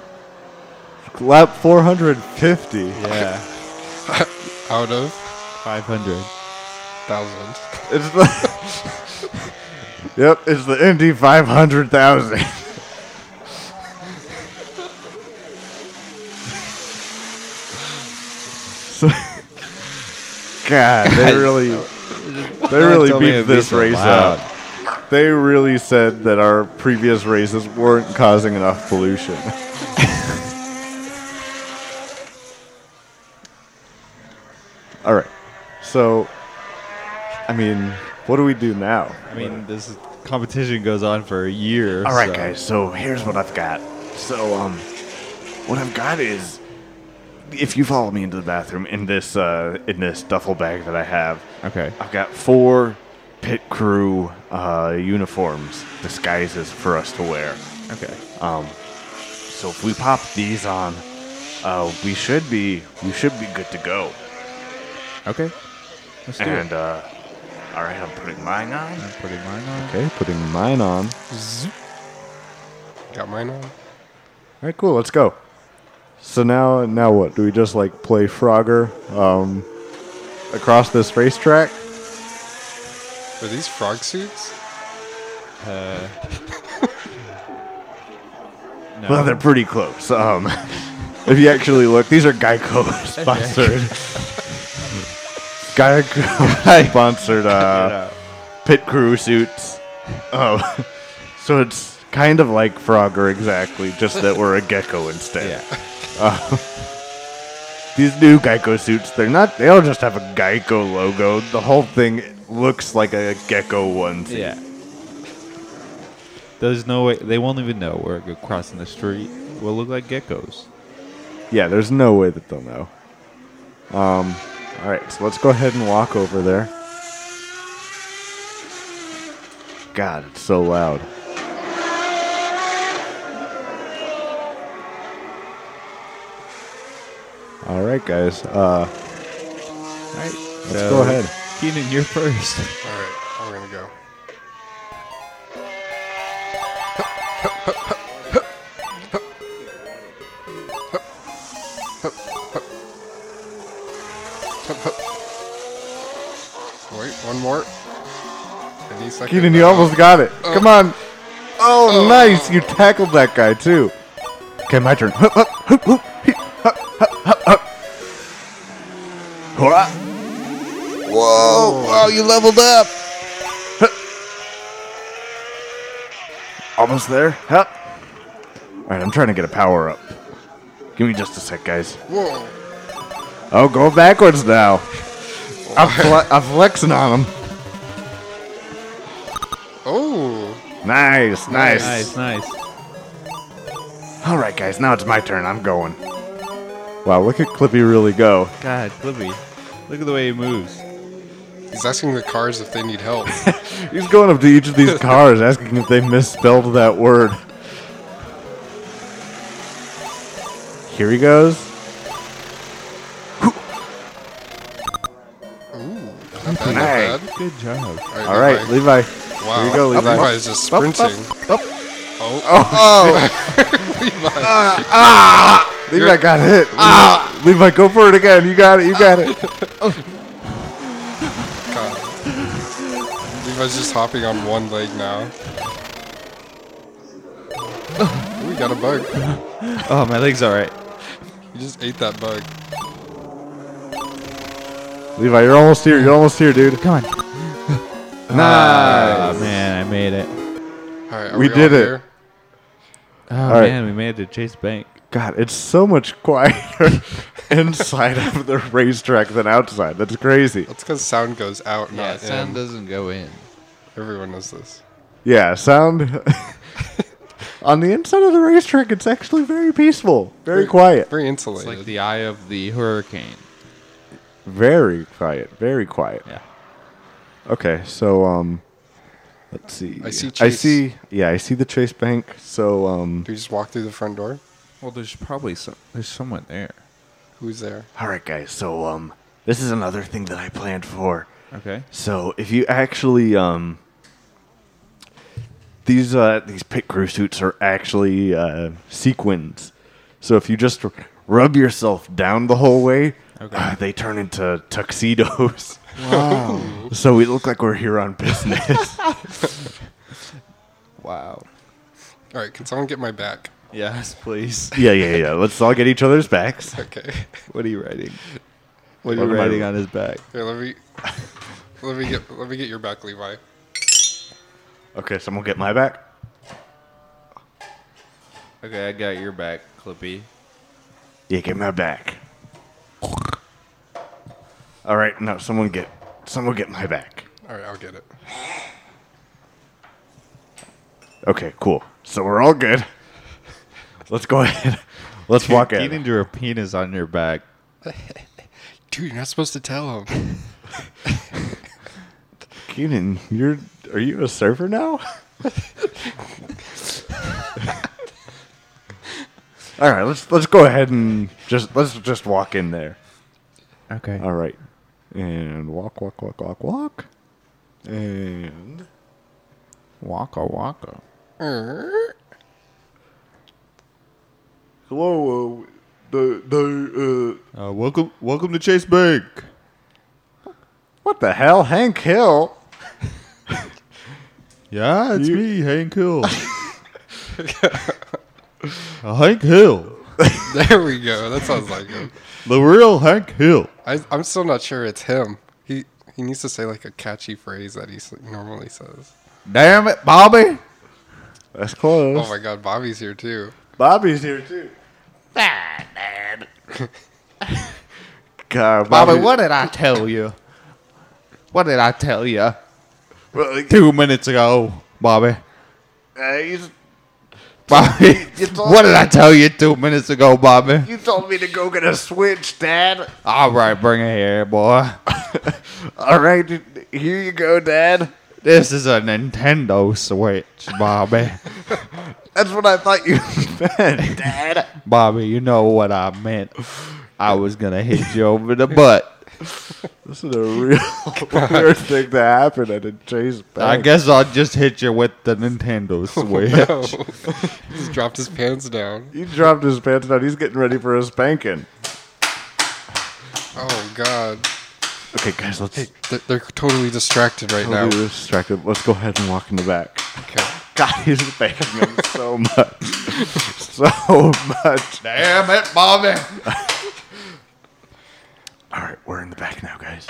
B: lap 450.
A: Yeah.
C: Out of
A: 500.
C: thousands.
B: It's the yep, it's the Indy 500,000. so, God, they really, they
A: uh,
B: really
A: Tell me
B: beat
A: it
B: this
A: beats it
B: race
A: loud.
B: up. They really said that our previous races weren't causing enough pollution. All right, so, I mean, what do we do now?
A: I mean, this competition goes on for a year.
B: All right,
A: so-
B: guys. So here's what I've got. So um, what I've got is, if you follow me into the bathroom in this uh, in this duffel bag that I have,
A: Okay.
B: I've got four pit crew uh, uniforms, disguises for us to wear.
A: Okay.
B: So if we pop these on, uh, we should be we should be good to go.
A: Okay. Let's do
B: And
A: it.
B: uh, all right, I'm putting mine on.
A: I'm putting mine on.
B: Okay, putting mine on.
C: Got mine on.
B: All right, cool. Let's go. So now, now what? Do we just like play Frogger um, across this racetrack?
C: Are these frog suits?
A: Uh, no.
B: Well, they're pretty close. Um, if you actually look, these are Geico sponsored. Geico sponsored uh, pit crew suits. Oh, so it's kind of like Frogger, exactly, just that we're a gecko instead.
A: yeah.
B: These new Geico suits, they're not, they all just have a Geico logo. The whole thing looks like a gecko onesie.
A: Yeah. There's no way they won't even know we're g- crossing the street. We'll look like geckos.
B: Yeah, there's no way that they'll know. Um, all right, so let's go ahead and walk over there. God, it's so loud. All right, guys. Uh,
A: All right.
B: Let's go ahead.
A: Keenan, you're first.
C: All right, I'm gonna go. Wait, one more. Any second.
B: Keenan, you almost got it. Come on. Oh, nice. You tackled that guy, too. Okay, my turn. Hup, hup, hup, hup, hee, hup, hup, hup, hup. Hurrah. Whoa. Wow, you leveled up. Hup. Almost there. Hup. All right, I'm trying to get a power up. Give me just a sec, guys.
C: Whoa!
B: Oh, go backwards now. I'm, fle- I'm flexing on him.
C: Oh,
B: Nice, nice.
A: Nice, nice.
B: All right, guys, now it's my turn. I'm going. Wow, look at Clippy really go.
A: God, Clippy, look at the way he moves.
C: he's asking the cars if they need help.
B: He's going up to each of these cars, asking if they misspelled that word. Here he goes.
C: Not bad,
B: Nice.
C: not bad.
A: Good job.
B: All right, Levi.
C: Wow.
B: Here you go, Levi.
C: Levi's just
B: Up, up,
C: sprinting.
B: up.
C: Oh,
B: Levi got hit. Ah! Levi, go for it again. You got it. You got it.
C: God. Levi's just hopping on one leg now. We got a bug.
A: Oh, my leg's all right.
C: You just ate that bug.
B: Levi, you're almost here. You're almost here, dude. Come on.
A: Oh man, I made it.
C: All right, are
B: We
C: all
B: did it.
C: there?
A: Oh
B: right.
A: man, we made it to Chase Bank.
B: God, it's so much quieter inside of the racetrack than outside. That's crazy.
C: That's because sound goes out, not in.
A: doesn't go in.
C: Everyone knows this.
B: Yeah, sound. on the inside of the racetrack, it's actually very peaceful, very quiet,
C: Very
A: It's
C: insulated.
A: like the eye of the hurricane.
B: very quiet, very quiet.
A: Yeah.
B: Okay, so um, let's see.
C: I see
B: I
C: Chase.
B: see. Yeah, I see the Chase Bank. So um,
C: Do you just walk through the front door?
A: Well, there's probably some. There's someone there.
C: Who's there?
B: All right, guys. So um, this is another thing that I planned for.
A: Okay.
B: So if you actually um, these uh, these pit crew suits are actually uh, sequins. So if you just r- rub yourself down the whole way,
A: Okay.
B: uh, they turn into tuxedos. Wow. so we look like we're here on business.
A: Wow.
C: All right, can someone get my back?
A: Yes, please.
B: yeah, yeah, yeah. Let's all get each other's backs.
C: Okay.
A: What are you writing? What are
B: What
A: you
B: am I-
A: writing on his back?
C: Here, let me let me get let me get your back, Levi.
B: Okay, someone get my back.
A: Okay, I got your back, Clippy.
B: Yeah, get my back. All right, now someone get someone get my back.
C: All right, I'll get it.
B: Okay, cool. So we're all good. Let's go ahead. Let's walk
A: Getting
B: in.
A: your penis on your back.
C: Dude, you're not supposed to tell him.
B: Keenan, you're are you a surfer now? all right, let's let's go ahead and just let's just walk in there.
A: Okay.
B: All right. And walk walk walk walk walk. And
A: Waka waka.
B: hello uh, the the uh
A: Uh, welcome, welcome to Chase Bank.
B: What the hell, Hank Hill?
A: Yeah, it's
B: You-
A: me, Hank Hill. Uh, Hank Hill,
C: There we go. That sounds like him.
A: the real Hank Hill.
C: I, I'm still not sure it's him. He he needs to say like a catchy phrase that he s- normally says.
A: Damn it, Bobby.
B: That's close.
C: Oh my God, Bobby's here too.
B: Bobby's here too. God, Bobby,
A: did I tell you? What did I tell you
B: Well,
A: two minutes ago, Bobby?
B: uh, you,
A: Bobby,
B: You told
A: what did I tell you two minutes ago, Bobby?
B: you told me to go get a switch, Dad.
A: All right, bring it here, boy.
B: All right, here you go, Dad.
A: This is a Nintendo Switch, Bobby.
B: That's what I thought you meant, Dad.
A: Bobby, you know what I meant. I was gonna hit you over the butt.
B: This is a real weird thing to happen at a Chase
A: I
B: Bank.
A: guess I'll just hit you with the Nintendo Switch.
C: No. he just dropped his pants down.
B: he dropped his pants down. He's getting ready for a spanking.
C: Oh God,
B: Okay, guys, let's
C: they're, they're totally distracted right now.
B: totally distracted. Let's go ahead and walk in the back.
C: Okay.
B: God, he's banging them so much. so much.
A: Damn it, Bobby!
B: All right, we're in the back now, guys.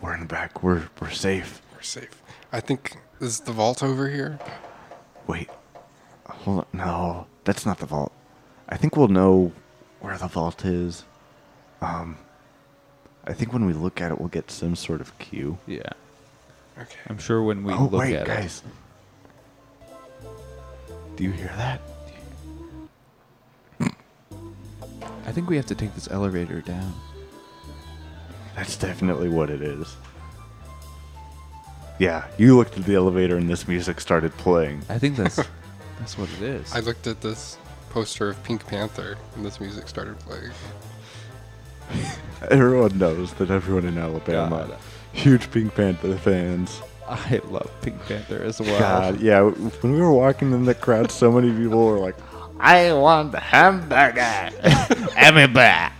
B: We're in the back. We're we're safe.
C: We're safe. I think is the vault over here.
B: Wait. Hold on. No, that's not the vault. I think we'll know where the vault is. Um I think when we look at it, we'll get some sort of cue.
A: Yeah,
C: Okay.
A: I'm sure when we
B: Oh,
A: look
B: wait,
A: at
B: guys. Do you hear that?
A: it, I think we have to take this elevator down.
B: That's definitely what it is. Yeah, you looked at the elevator and this music started playing.
A: I think that's that's what it is.
C: I looked at this poster of Pink Panther, and this music started playing.
B: Everyone knows that everyone in Alabama,
A: God.
B: huge Pink Panther fans.
A: I love Pink Panther as well.
B: God, yeah. When we were walking in the crowd, so many people were like, "I want hamburger,
A: Everybody,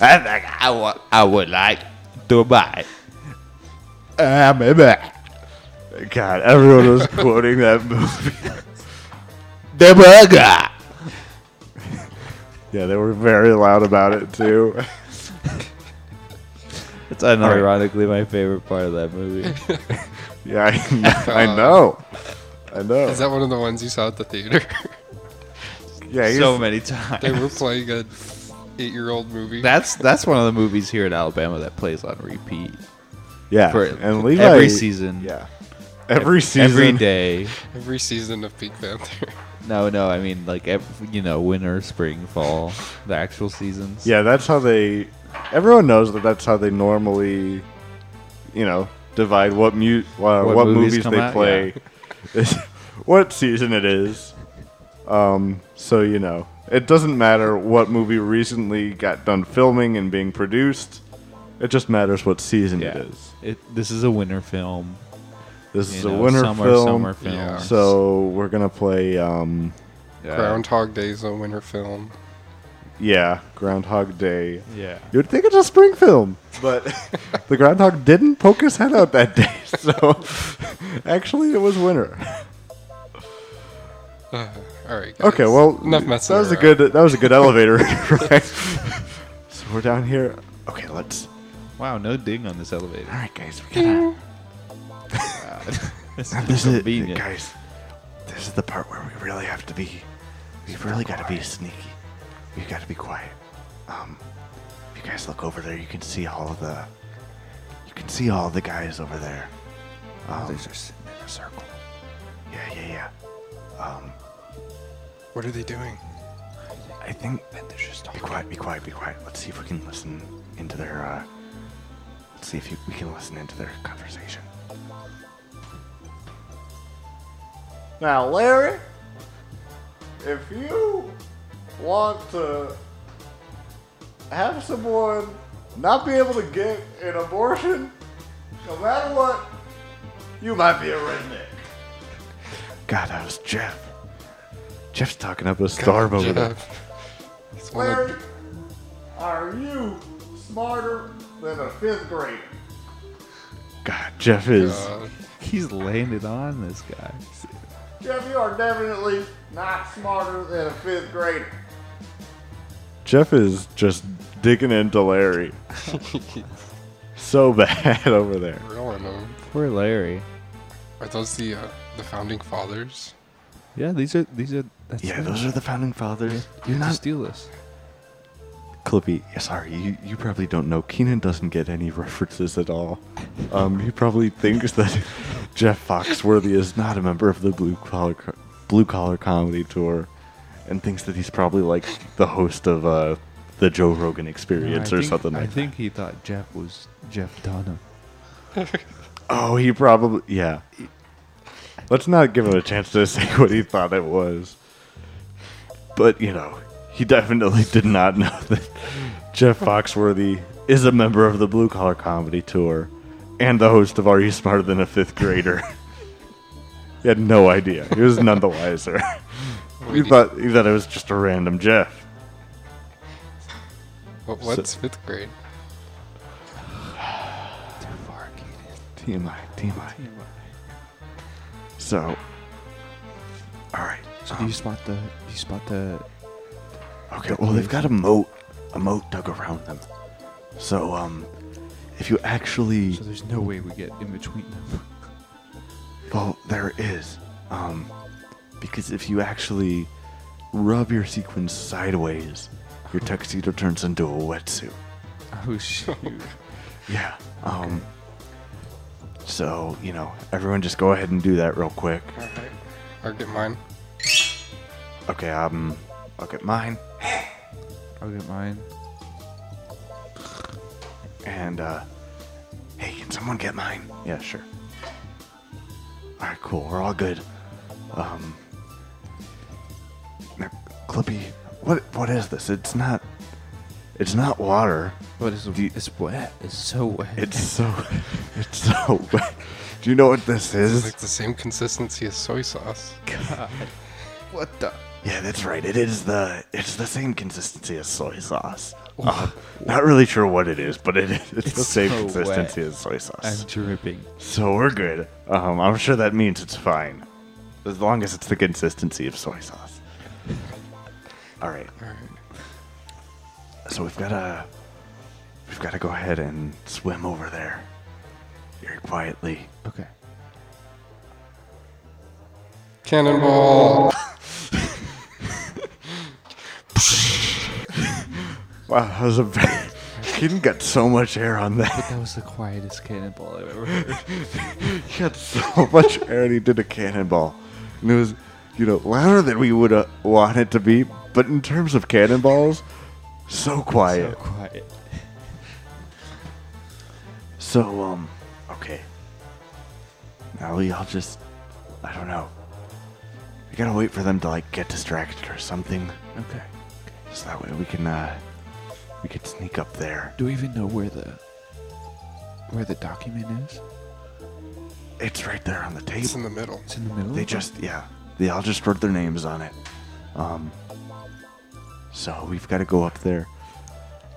A: everybody, I would, I would like Dubai. Everybody,
B: God, everyone was quoting that movie.
A: the burger.
B: Yeah, they were very loud about it too.
A: It's unironically my favorite part of that movie.
B: Yeah, I, kn- I know, I know.
C: Is that one of the ones you saw at the theater?
B: yeah, he's-
A: so many
C: they
A: times.
C: were playing a eight-year-old movie.
A: That's that's one of the movies here in Alabama that plays on repeat.
B: yeah.
A: for
B: and Levi,
A: every season.
B: yeah, every season,
A: every day.
C: every season of Pink Panther.
A: No, no, I mean like ev you know winter, spring, fall, the actual seasons.
B: Yeah, that's how they. Everyone knows that that's how they normally, you know, divide what mu- uh, what,
A: What movies
B: movies,
A: come
B: they
A: out,
B: play, what season it is. Um, so you know, It doesn't matter what movie recently got done filming and being produced. It just matters what season
A: Yeah.
B: it is.
A: It, this is a winter film.
B: This
A: you
B: is
A: know,
B: a winter
A: summer,
B: film.
A: Summer film.
C: Yeah.
B: So we're gonna play. Um,
A: Yeah.
C: Groundhog Day is a winter film.
B: yeah, Groundhog Day.
A: Yeah.
B: You would think it's a spring film, but the groundhog didn't poke his head out that day. So actually, it was winter.
C: Uh, All right. Guys.
B: Okay, well,
C: enough messing.
B: that was a
C: around.
B: good that was a good elevator. ride. so we're down here. Okay, let's.
A: Wow, no ding on this elevator.
B: All right, guys, we gotta.
A: this
B: Now,
A: is
B: this is
A: convenient.
B: guys. This is the part where we really have to be. We've really got to be sneaky. We've got to be quiet. Um, if you guys look over there, you can see all of the. You can see all the guys over there. Um, They're just sitting in a circle. Yeah, yeah, yeah. Um,
C: What are they doing?
B: I think Be quiet, be quiet, be quiet. Let's see if we can listen into their. Uh, let's see if you, we can listen into their conversation. Now, Larry, if you want to have someone not be able to get an abortion, no matter what, you might be a redneck. God, that was Jeff. Jeff's talking up a storm over there.
C: Jeff. It's one of-
B: Larry, are you smarter than a fifth grader? God, Jeff is.
C: uh,
A: He's landed on this guy.
B: Jeff, you are definitely not smarter than a fifth grader. Jeff is just digging into Larry so bad over there.
C: rolling them.
A: Poor Larry.
C: Are those the uh, the founding fathers?
A: Yeah, these are these are. That's
B: Yeah,
A: them.
B: those are the founding fathers.
A: You
B: You're not
A: steal this.
B: Clippy, yeah, sorry, you, you probably don't know. Keenan doesn't get any references at all. Um, he probably thinks that Jeff Foxworthy is not a member of the Blue Collar Co- Blue Collar Comedy Tour, and thinks that he's probably like the host of uh, the Joe Rogan Experience
A: I
B: or
A: think-
B: something like
A: I
B: that.
A: think he thought Jeff was Jeff Dunham.
B: Oh, he probably yeah. Let's not give him a chance to say what he thought it was. But you know, he definitely did not know that Jeff Foxworthy is a member of the Blue Collar Comedy Tour and the host of Are You Smarter Than a Fifth Grader? he had no idea. He was none the wiser. he
C: Wait,
B: thought he thought it was just a random Jeff.
C: what, what's fifth grade?
B: TMI, TMI. So, all right.
A: So do you spot the? Do you spot the?
B: Okay, well they've got a moat, a moat dug around them. So um, if you actually,
A: So there's no way we get in between them.
B: well there is, um, because if you actually rub your sequins sideways, your tuxedo turns into a wetsuit.
A: Oh shoot!
B: Yeah. Um. So you know, everyone just go ahead and do that real quick.
C: All right, I'll get mine.
B: Okay. Um. I'll get mine,
A: I'll get mine.
B: and uh, hey, can someone get mine? Yeah, sure. All right, cool. We're all good. Um, now, Clippy, what what is this? It's not. It's not water.
A: But it's
B: Do you-
A: it's wet. It's so wet.
B: It's so. It's so. wet. Do you know what this
C: It's
B: is?
C: like the same consistency as soy sauce.
A: what the?
B: Yeah, that's right. It is the. It's the same consistency as soy sauce. Uh, not really sure what it is, but it, it's, the
A: It's
B: same
A: so
B: consistency
A: wet.
B: as soy sauce.
A: I'm dripping.
B: So we're good. Um, I'm sure that means it's fine. As long as it's the consistency of soy sauce. All right.
C: All right.
B: So we've got to we've got to go ahead and swim over there. Very quietly.
A: Okay.
C: Cannonball.
B: Wow, that was a very Keaton got so much air on that.
A: That was the quietest cannonball I've ever heard.
B: He got so much air and he did a cannonball. And it was, you know, louder than we would uh, want it to be, but in terms of cannonballs, so quiet.
A: So quiet.
B: So, um, okay. Now we all just, I don't know. We gotta wait for them to, like, get distracted or something.
A: Okay.
B: So that way we can uh, we could sneak up there.
A: Do we even know where the where the document is?
B: It's right there on the
C: It's in
B: table.
C: the middle.
A: It's in the middle.
B: They
A: of it?
B: just yeah, they all just wrote their names on it. Um, so we've got to go up there,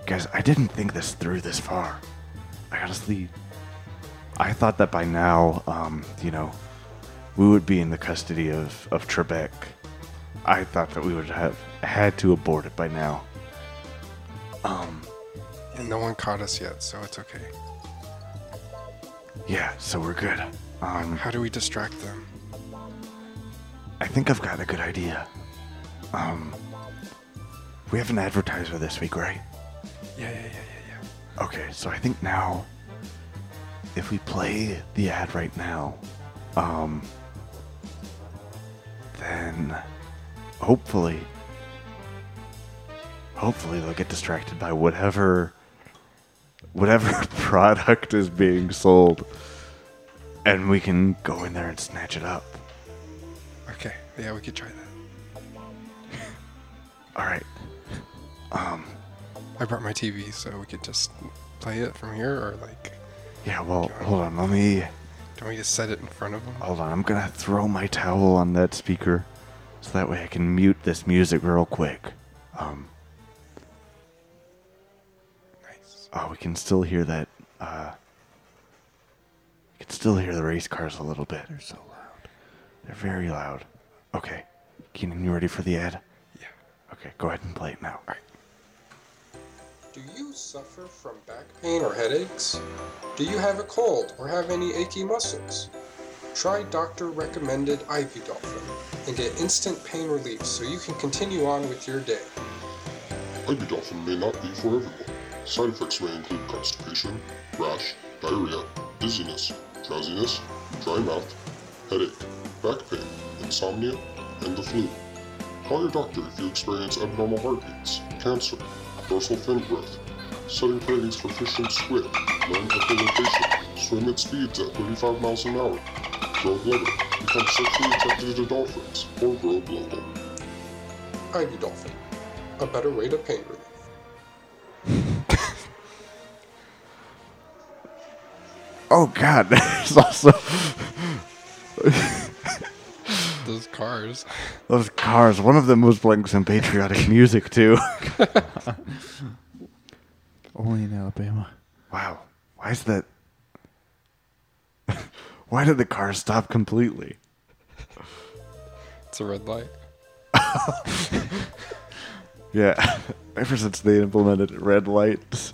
B: guys. I didn't think this through this far. I honestly, I thought that by now, um, you know, we would be in the custody of of Trebek. I thought that we would have had to abort it by now. Um.
C: And no one caught us yet, so it's okay.
B: Yeah, so we're good. Um,
C: How do we distract them?
B: I think I've got a good idea. Um, we have an advertiser this week, right?
C: Yeah, yeah, yeah, yeah, yeah.
B: Okay, so I think now, if we play the ad right now, um, then hopefully, hopefully they'll get distracted by whatever, whatever product is being sold, and we can go in there and snatch it up.
C: Okay, yeah, we could try that.
B: All right.
C: I brought my TV, so we could just play it from here, or like,
B: Yeah, well, hold on. Let me.
C: do we just set it in front of them?
B: Hold on. I'm going to throw my towel on that speaker so that way I can mute this music real quick. Um,
C: Nice.
B: oh, we can still hear that. Uh, we can still hear the race cars a little bit. They're so loud. They're very loud. Okay. Keenan, you ready for the ad?
C: Yeah.
B: Okay, go ahead and play it now. All right.
C: Do you suffer from back pain or headaches? Do you have a cold or have any achy muscles? Try doctor recommended ibuprofen and get instant pain relief so you can continue on with your day.
D: Ibuprofen may not be for everyone. Side effects may include constipation, rash, diarrhea, dizziness, drowsiness, dry mouth, headache, back pain, insomnia, and the flu. Call your doctor if you experience abnormal heartbeats, cancer, dorsal fin growth, sudden cravings for fish and squid, learn echolocation, swim at speeds at 35 miles an hour, grow bloated, become sexually attracted to dolphins, or grow global.
C: Ibuprofen, a better way to pain relief.
B: Oh, God. There's also
C: Those cars.
B: those cars. One of them was playing some patriotic music, too.
A: only in Alabama.
B: Wow. Why is that? Why did the car stop completely?
C: It's a red light.
B: Yeah. Ever since they implemented red lights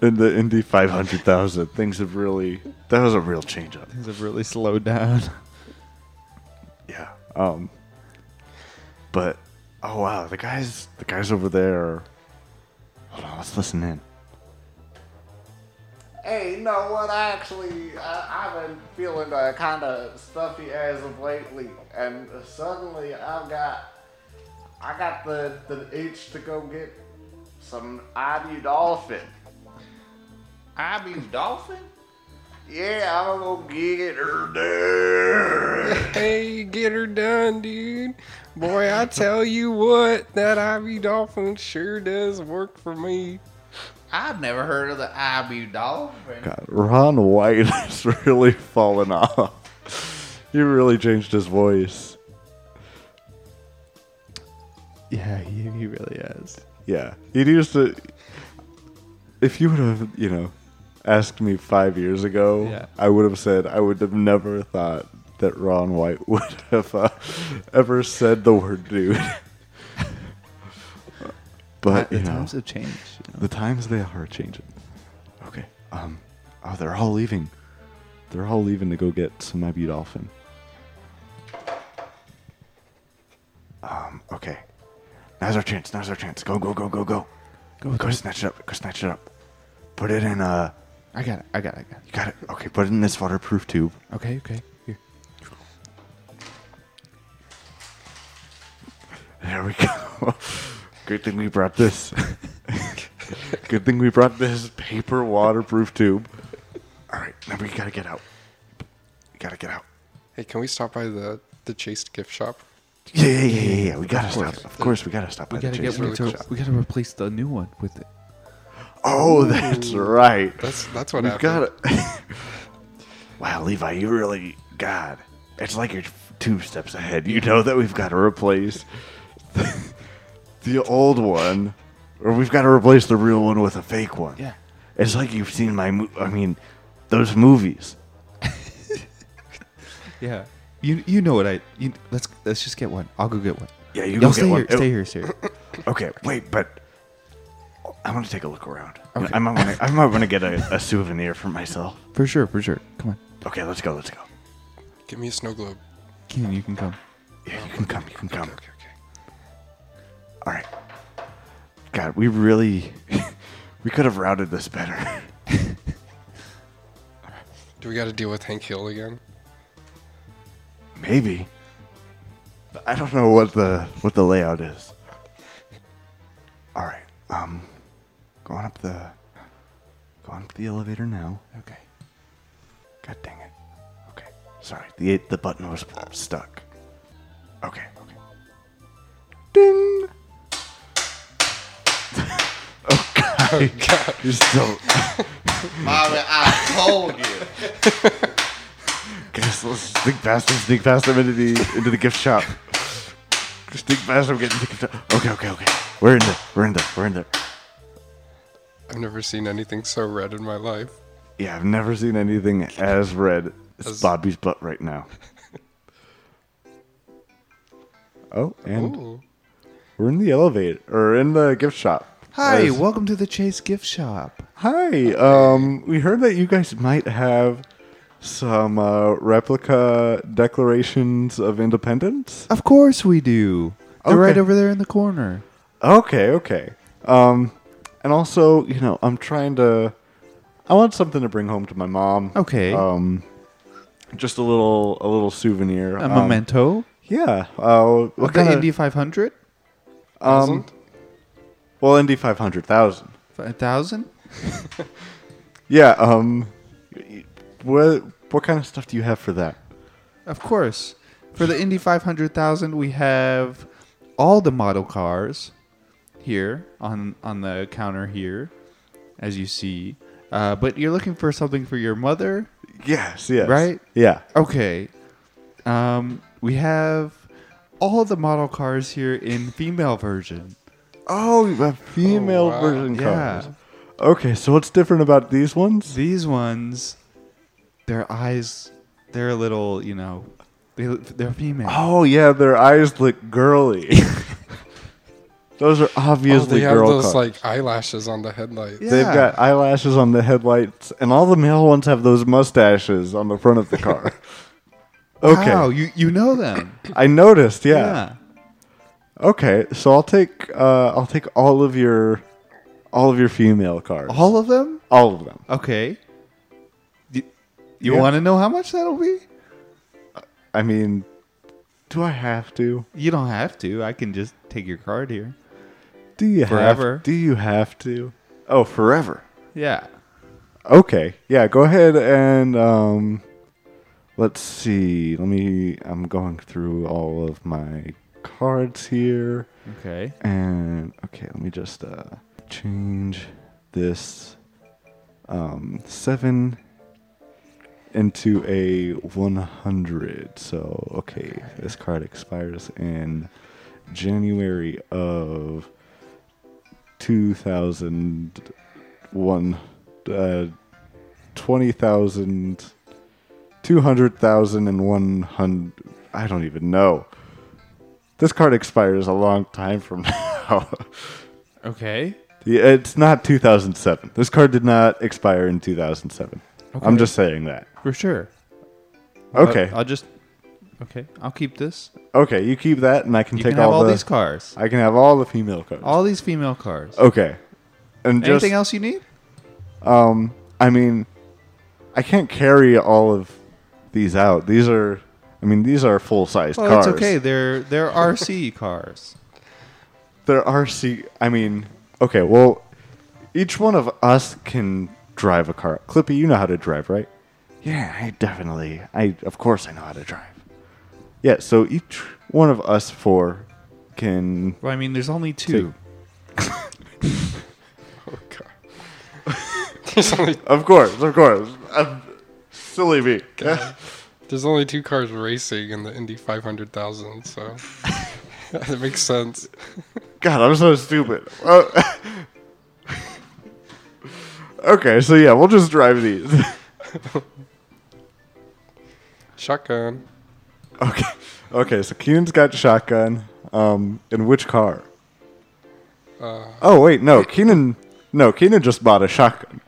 B: in the Indy 500,000, things have really. That was a real change up.
A: Things have really slowed down.
B: Yeah. Um. But oh wow, the guys, the guys over there. Hold on, let's listen in.
E: Hey, you know what? I actually, I, I've been feeling uh, kind of stuffy as of lately, and suddenly I've got, I got the the itch to go get some ibuprofen. Ibuprofen? Yeah, I'm gonna go get her there.
C: Hey, get her done, dude. Boy, I tell you what, that ibuprofen sure does work for me.
E: I've never heard of the ibuprofen.
B: God, Ron White has really fallen off. He really changed his voice.
A: Yeah, he, he really has.
B: Yeah, it used to. If you would have, you know, asked me five years ago,
A: Yeah.
B: I would have said I would have never thought that Ron White would have uh, ever said the word dude. but
A: the
B: you know,
A: times have changed. you know.
B: the times they are changing. Okay. Um. Oh, they're all leaving. They're all leaving to go get some ibuprofen. Um. Okay. Now's our chance. Now's our chance. Go. Go. Go. Go. Go. Go. Go. Snatch it up. Go. Snatch it up. Put it in a.
A: I got it. I got it. I got
B: You got it. Okay. Put it in this waterproof tube.
A: it. Okay, okay. Here.
B: There we go. Good thing we brought this. Good thing we brought this paper waterproof tube. All right, now we gotta get out. We gotta get out.
C: Hey, can we stop by the the chased gift shop?
B: Yeah, yeah, yeah, yeah, yeah. We gotta stop. Of course, we gotta stop.
A: We
B: by the
A: gotta
B: Chase
A: get one
B: Sandwich
A: to,
B: Shop.
A: we gotta replace the new one with it.
B: Oh, that's right.
C: That's that's what
B: We've
C: happened.
B: got to wow, Levi, you really, God, it's like you're two steps ahead. You know that we've got to replace the old one, or we've got to replace the real one with a fake one.
A: Yeah.
B: It's like you've seen my, mo- I mean, those movies.
A: Yeah. You you know what I you, let's let's just get one. I'll go get one.
B: Yeah, you
A: Y'all
B: go
A: stay
B: get
A: here,
B: one. Oh.
A: Stay here, sir.
B: Okay, wait, but I want to take a look around. I might want to, I might want to get a, a souvenir for myself.
A: For sure, for sure. Come on.
B: Okay, let's go, let's go.
C: Give me a snow globe.
A: Ken, you can come.
B: Yeah, you can come, you can come.
C: Okay, okay.
B: All right. God, we really we could have routed this better.
C: Do we got to deal with Hank Hill again?
B: Maybe. But I don't know what the what the layout is. All right. Um going up the going up the elevator now.
A: Okay.
B: God dang it. Okay. Sorry. The the button was stuck. Okay. Okay. Ding. oh god. You're still
E: Mommy, I told you.
B: Guys, let's sneak past him, sneak past him into the into the gift shop. Sneak past him, get into the gift shop. Okay, okay, okay. We're in there. We're in there. We're in there.
C: I've never seen anything so red in my life.
B: Yeah, I've never seen anything as red as
C: As-
B: Bobby's butt right now. Oh, and
C: Ooh.
B: we're in the elevator or in the gift shop.
A: Hi,
B: As-
A: welcome to the Chase gift shop.
B: hi. Um, we heard that you guys might have some uh, replica declarations of independence.
A: Of course we do. They're
B: Okay.
A: right over there in the corner.
B: Okay, okay. Um, and also, you know, I'm trying to. I want something to bring home to my mom.
A: Okay.
B: Um, just a little, a little souvenir.
A: a
B: Um,
A: memento.
B: Yeah. Uh, what
A: the
B: kind
A: Indy 500?
B: Um, well, Indy five hundred thousand.
A: 5,000?
B: Yeah. Um, y- y- what what kind of stuff do you have for that?
A: Of course. For the Indy 500,000, we have all the model cars here on on the counter here, as you see. Uh, but you're looking for something for your mother,
B: Yes. Yes.
A: Right?
B: Yeah.
A: Okay. Um, we have all the model cars here in female version.
B: Oh, a female
C: Oh, wow.
B: version
A: Yeah.
B: cars. Okay, so what's different about these ones?
A: These ones, their eyes, they're a little, you know, they, they're female.
B: Oh yeah, their eyes look girly. those are
C: Oh,
B: obviously
C: they have
B: girl
C: those
B: cars.
C: like eyelashes on the headlights.
A: Yeah.
B: They've got eyelashes on the headlights, and all the male ones have those mustaches on the front of the car. okay,
A: Wow, you, you know them.
B: I noticed. Yeah. Okay, so I'll take uh, I'll take all of your all of your female cars.
A: All of them?
B: all of them.
A: Okay. You, you
B: Yeah.
A: want to know how much that'll be?
B: I mean, do I have to?
A: You don't have to. I can just take your card here.
B: Do you have-
A: Forever.
B: do you have to? Oh, forever.
A: Yeah.
B: Okay. Yeah, go ahead and um let's see. Let me I'm going through all of my cards here
A: Okay.
B: and okay, let me just uh change this um 7 into a 100. So, okay, this card expires in January of 2001 uh 20,000 200,000 and 100 I don't even know. This card expires a long time from now.
A: Okay.
B: Yeah, it's not 2007. This card did not expire in 2007. I'm
A: Okay.
B: just saying that.
A: For sure.
B: Okay.
A: I'll, I'll just. Okay. I'll keep this.
B: okay, you keep that and I can
A: uh, You
B: take
A: can have
B: all,
A: all
B: the
A: these cars.
B: I can have all the female cards.
A: All these female cars.
B: okay. And Oh, just
A: Anything else you need?
B: I mean, I can't carry all of these out. These are, I mean, these are full sized
A: Well,
B: cars.
A: it's okay. They're they're RC cars.
B: There are C. I mean, okay. Well, each one of us can drive a car. Clippy, you know how to drive, right? Yeah, I definitely. I of course I know how to drive. Yeah. So each one of us four can.
A: Well, I mean, there's only two.
B: Oh God.
C: There's only
B: Of course, of course. Um, silly me.
C: there's only two cars racing in the Indy 500,000, so that makes sense.
B: God, I'm so stupid. Uh, okay, so yeah, we'll just drive these.
C: Shotgun.
B: okay, okay. So Keenan's got shotgun. Um, in which car?
C: Uh,
B: Oh wait, no, Keenan. No, Keenan just bought a shotgun.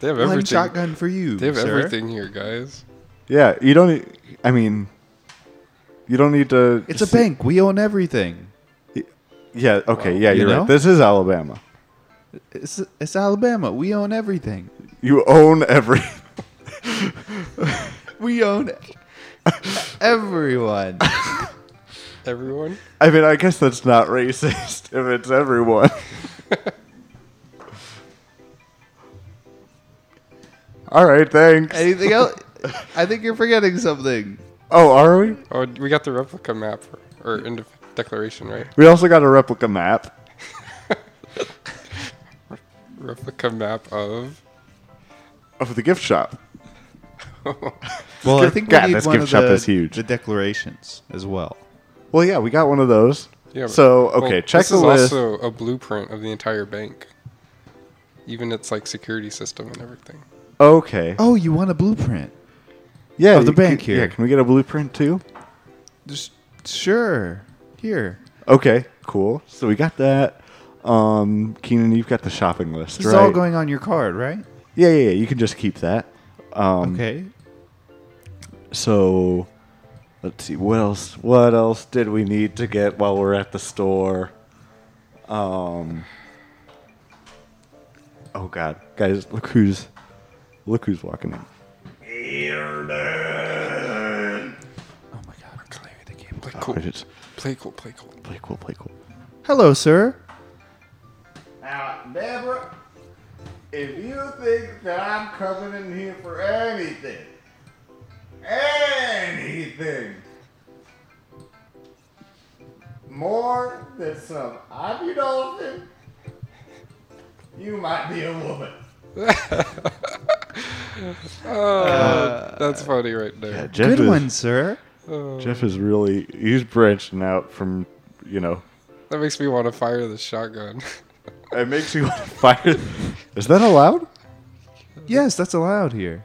C: they have
A: One
C: everything.
A: shotgun for you.
C: They have
A: sir.
C: everything here, guys.
B: Yeah, you don't. e- I mean, you don't need to.
A: It's a bank. We own everything.
B: Yeah. Okay. Yeah,
A: You
B: you're
A: know?
B: right. This is Alabama.
A: It's, it's Alabama. We own everything.
B: You own every.
A: We own everyone.
C: Everyone.
B: I mean, I guess that's not racist if it's everyone. All right, thanks.
A: Anything else? I think you're forgetting something.
B: Oh, are we?
C: Oh, we got the replica map or, or in declaration, right?
B: We also got a replica map.
C: Replica map of.
B: Of the gift shop.
A: Well, I
B: gift-
A: think
B: God,
A: we need
B: this
A: one
B: gift
A: of
B: shop
A: the,
B: is huge.
A: the declarations as well.
B: Well, yeah, we got one of those.
C: Yeah.
B: so,
C: but-
B: okay,
C: well,
B: check
C: this
B: the
C: is
B: list.
C: also a blueprint of the entire bank, even its like security system and everything.
B: okay.
A: Oh, you want a blueprint?
B: yeah,
A: of the
B: you-
A: bank
B: yeah,
A: here.
B: can we get a blueprint too?
A: Just sure. Here.
B: Okay, cool. So we got that. Um, Keenan, you've got the shopping list,
A: This
B: right?
A: is all going on your card, right?
B: yeah, yeah, yeah. You can just keep that. Um,
A: Okay.
B: So let's see what else what else did we need to get while we're at the store? Um Oh god. Guys, look who's look who's walking in.
A: Oh my god, I'm playing the game.
C: Play
B: Oh,
C: cool.
B: it is-
C: Play cool. Play cool.
B: play cool, play cool.
A: Hello, sir.
E: Now, Deborah, if you think that I'm coming in here for anything, anything more than some ibuprofen, you might be a woman.
C: Oh, that's funny right
B: Uh, Yeah,
C: there.
B: Jeff
A: Good
B: is,
A: one, sir.
C: Oh,
B: Jeff is really he's branching out from you know
C: that makes me want to fire the shotgun.
B: it makes you want to fire Is that allowed?
A: Yes, that's allowed here.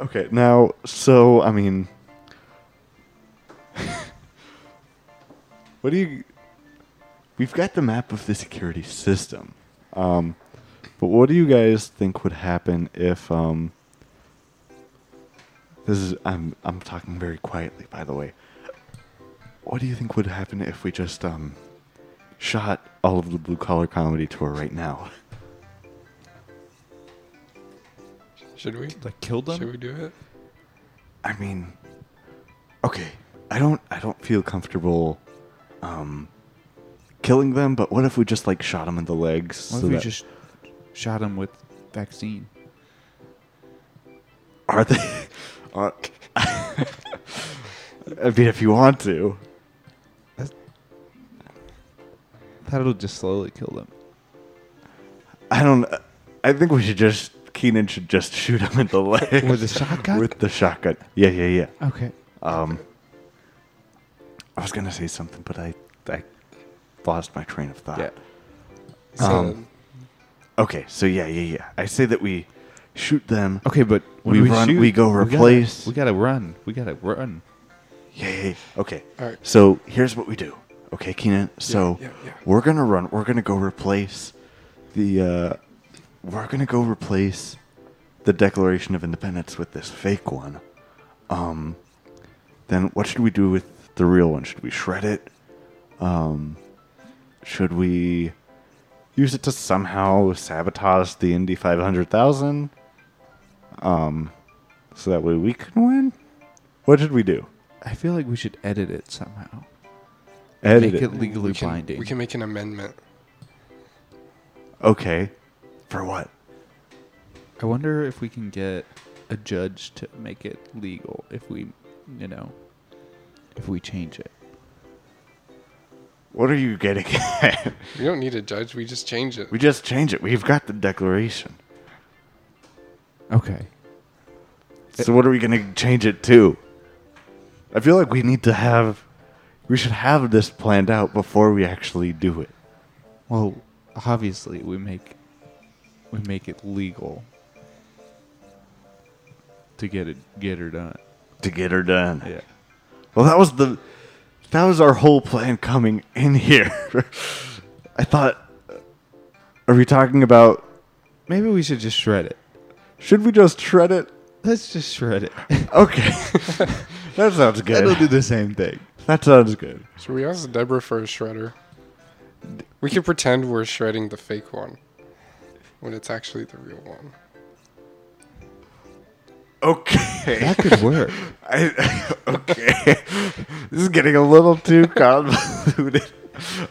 B: Okay, now, so I mean, what do you? We've got the map of the security system, um, but what do you guys think would happen if? Um, this is I'm I'm talking very quietly, by the way. What do you think would happen if we just um, shot all of the blue collar comedy tour right now?
C: Should we?
A: Like killed
C: Should we do it?
B: I mean, okay, I don't, I don't feel comfortable, um, killing them. But what if we just like shot them in the legs?
A: What
B: so
A: if we
B: that-
A: just shot him with vaccine?
B: are they? Are, I mean, if you want to,
A: That'll just slowly kill them.
B: I don't. I think we should just Keenan should just shoot them in the legs
A: With a shotgun?
B: With the shotgun. Yeah, yeah, yeah.
A: Okay.
B: Um, I was gonna say something, but I, I lost my train of thought.
A: Yeah.
C: So,
B: Um, Okay, so yeah, yeah, yeah. I say that we shoot them.
A: Okay, but when
B: We
A: we
B: run-
A: shoot,
B: we go
A: gotta-
B: replace.
A: We gotta, run. We gotta run.
B: Yeah, yeah, yeah. Okay.
C: All right.
B: So here's what we do. Okay, Keenan. So
C: yeah, yeah.
B: we're gonna run. We're gonna go replace the. Uh, we're gonna go replace the Declaration of Independence with this fake one. Um, then what should we do with the real one? Should we shred it? Um, should we use it to somehow sabotage the Indy five hundred thousand? Um, so that way we can win. What should we do?
A: I feel like we should edit it somehow.
B: Edit
A: Make
B: it.
A: it legally
C: we can,
A: binding.
C: We can make an amendment.
B: Okay. For what?
A: I wonder if we can get a judge to make it legal if we, you know, if we change it.
B: What are you getting at?
C: We don't need a judge. We just change it.
B: we just change it. We've got the declaration.
A: Okay.
B: So what are we going to change it to? I feel like we need to have we should have this planned out before we actually do it.
A: Well, obviously we make we make it legal to get it get her done.
B: to get her done.
A: Yeah.
B: Well, that was the that was our whole plan coming in here. I thought are we talking about
A: Maybe we should just shred it.
B: should we just shred it?
A: Let's just shred it.
B: Okay. that sounds
A: That'll do
B: good.
A: the same thing.
B: That sounds good.
C: Should we ask Deborah for a shredder? We could pretend we're shredding the fake one when it's actually the real one.
B: Okay.
A: That could work.
B: I, okay. this is getting a little too convoluted.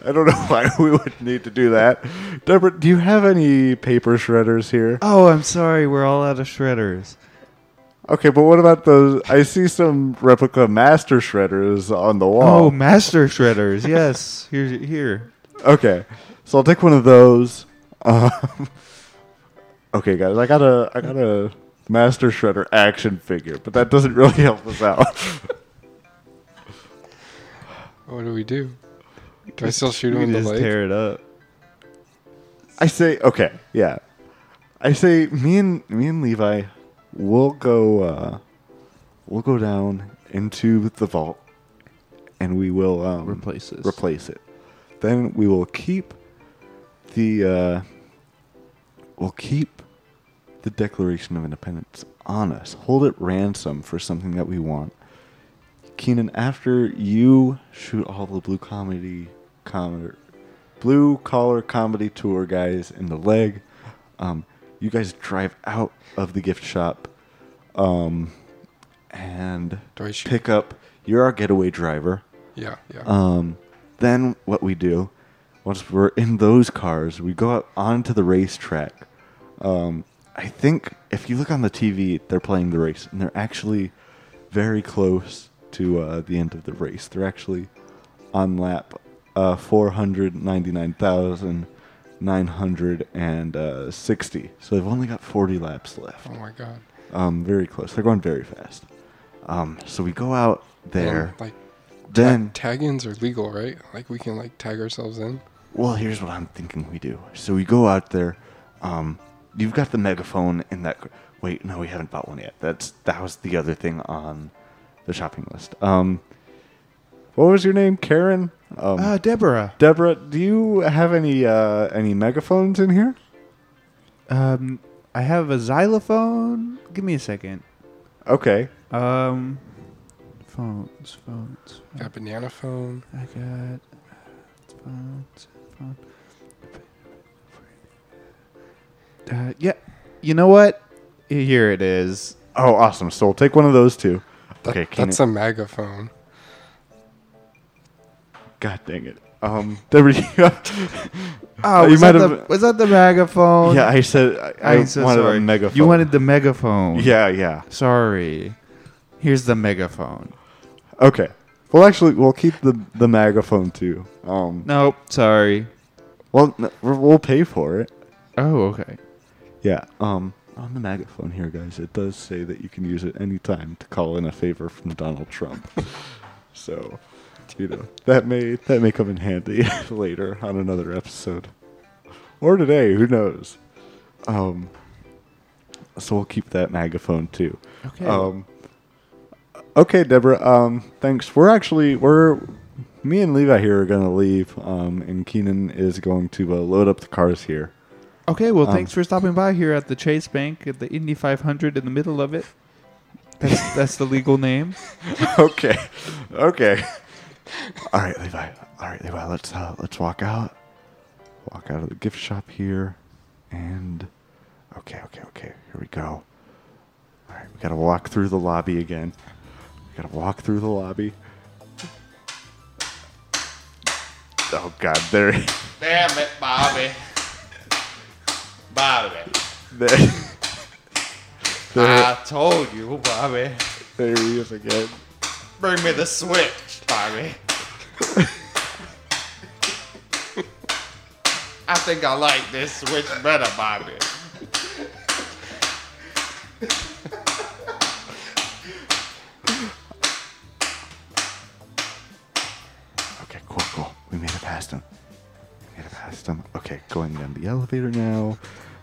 B: I don't know why we would need to do that. Deborah, do you have any paper shredders here?
A: oh, I'm sorry, we're all out of shredders.
B: Okay, but what about those? I see some replica master shredders on the wall.
A: Oh, master shredders. Yes, here, here.
B: Okay, so I'll take one of those. Um, okay, guys, I got a I got a Master Shredder action figure, but that doesn't really help us out.
C: What do we do? Do I still shoot him
A: We
C: in the
A: just
C: leg?
A: tear it up.
B: I say, okay, yeah, I say, me and me and Levi, we'll go uh, we'll go down into the vault, and we will um,
A: Replace this.
B: Replace it. Then we will keep the uh, we'll keep the Declaration of Independence on us. Hold it ransom for something that we want. Keenan, after you shoot all the blue comedy com- blue collar comedy tour guys in the leg, um, you guys drive out of the gift shop um, and
C: Do I shoot?
B: pick up. You're our getaway driver.
C: Yeah, yeah.
B: Um, then what we do, once we're in those cars, we go out onto the racetrack. Um, I think if you look on the TV, they're playing the race, and they're actually very close to uh, the end of the race. They're actually on lap uh, 499,960. So they've only got 40 laps left.
C: oh my god.
B: Um, very close. They're going very fast. Um, so we go out there.
C: And, like
B: Then
C: tag ins are legal, right? Like we can like tag ourselves in.
B: Well, here's what I'm thinking we do. So we go out there. Um, you've got the megaphone in that. gr- Wait, no, we haven't bought one yet. That's that was the other thing on the shopping list. Um, what was your name, Karen? Um,
A: Ah, Deborah.
B: Deborah, do you have any uh, any megaphones in here?
A: Um, I have a xylophone. Give me a second.
B: Okay.
A: Um, phones, phones.
C: Got a banana phone.
A: I got phones, phone. Uh, yeah, you know what? Here it is.
B: Oh, awesome. So we'll take one of those two.
C: That-
B: okay, Keenan-
C: that's a MAGA phone.
B: God dang it. Um, Deborah, you have,
A: Oh,
B: you
A: was,
B: might
A: that the,
B: have.
A: was that the megaphone?
B: yeah, I said I, I
A: I'm so
B: wanted
A: sorry.
B: a megaphone.
A: You wanted the megaphone.
B: Yeah, yeah.
A: Sorry. Here's the megaphone.
B: Okay. Well, actually, we'll keep the the megaphone too. Um.
A: Nope. Sorry.
B: Well, n- we'll pay for it.
A: Oh, okay.
B: Yeah. Um. On the megaphone here, guys, it does say that you can use it any time to call in a favor from Donald Trump. so, you know that may that may come in handy later on another episode, or today. Who knows? Um. So we'll keep that megaphone too.
A: Okay.
B: Um, okay, Deborah. Um, thanks. We're actually we're me and Levi here are gonna leave, um, and Keenan is going to uh, load up the cars here.
A: Okay, well,
B: Um,
A: thanks for stopping by here at the Chase Bank at the Indy 500 in the middle of it. That's, that's the legal name.
B: okay, okay. All right, Levi. All right, Levi. Let's uh, let's walk out. Walk out of the gift shop here, and okay, okay, okay. Here we go. All right, we gotta walk through the lobby again. We gotta walk through the lobby. Oh God, there.
F: Damn it, Bobby. Bobby.
B: There. There,
A: I told you, Bobby.
B: there he is again.
A: Bring me the switch, Bobby. I think I like this switch better, Bobby.
B: Okay, cool, cool. We made it past him. We made it past him. Okay, going down the elevator now.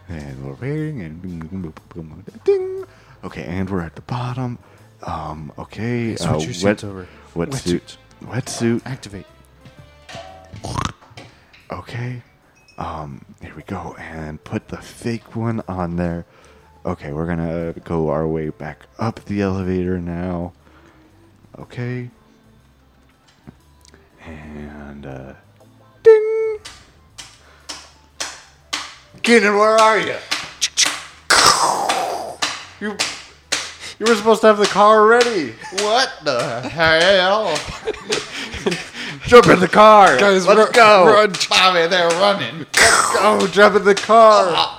B: And we're waiting and boom, boom, boom, boom, boom, ding. Okay, and we're at the bottom. Um, okay.
A: switch your suits over.
B: Wetsuit. Wetsuit.
A: Activate.
B: Okay. Um, here we go. And put the fake one on there. Okay, we're gonna go our way back up the elevator now. Okay. And uh ding.
E: Keenan, where are you? You, you were supposed to have the car ready.
A: What the hell?
E: Jump in the car.
A: Guys,
E: Let's
A: we're-
E: go.
A: Run, Bobby, they're running.
E: Go, oh, jump in the car.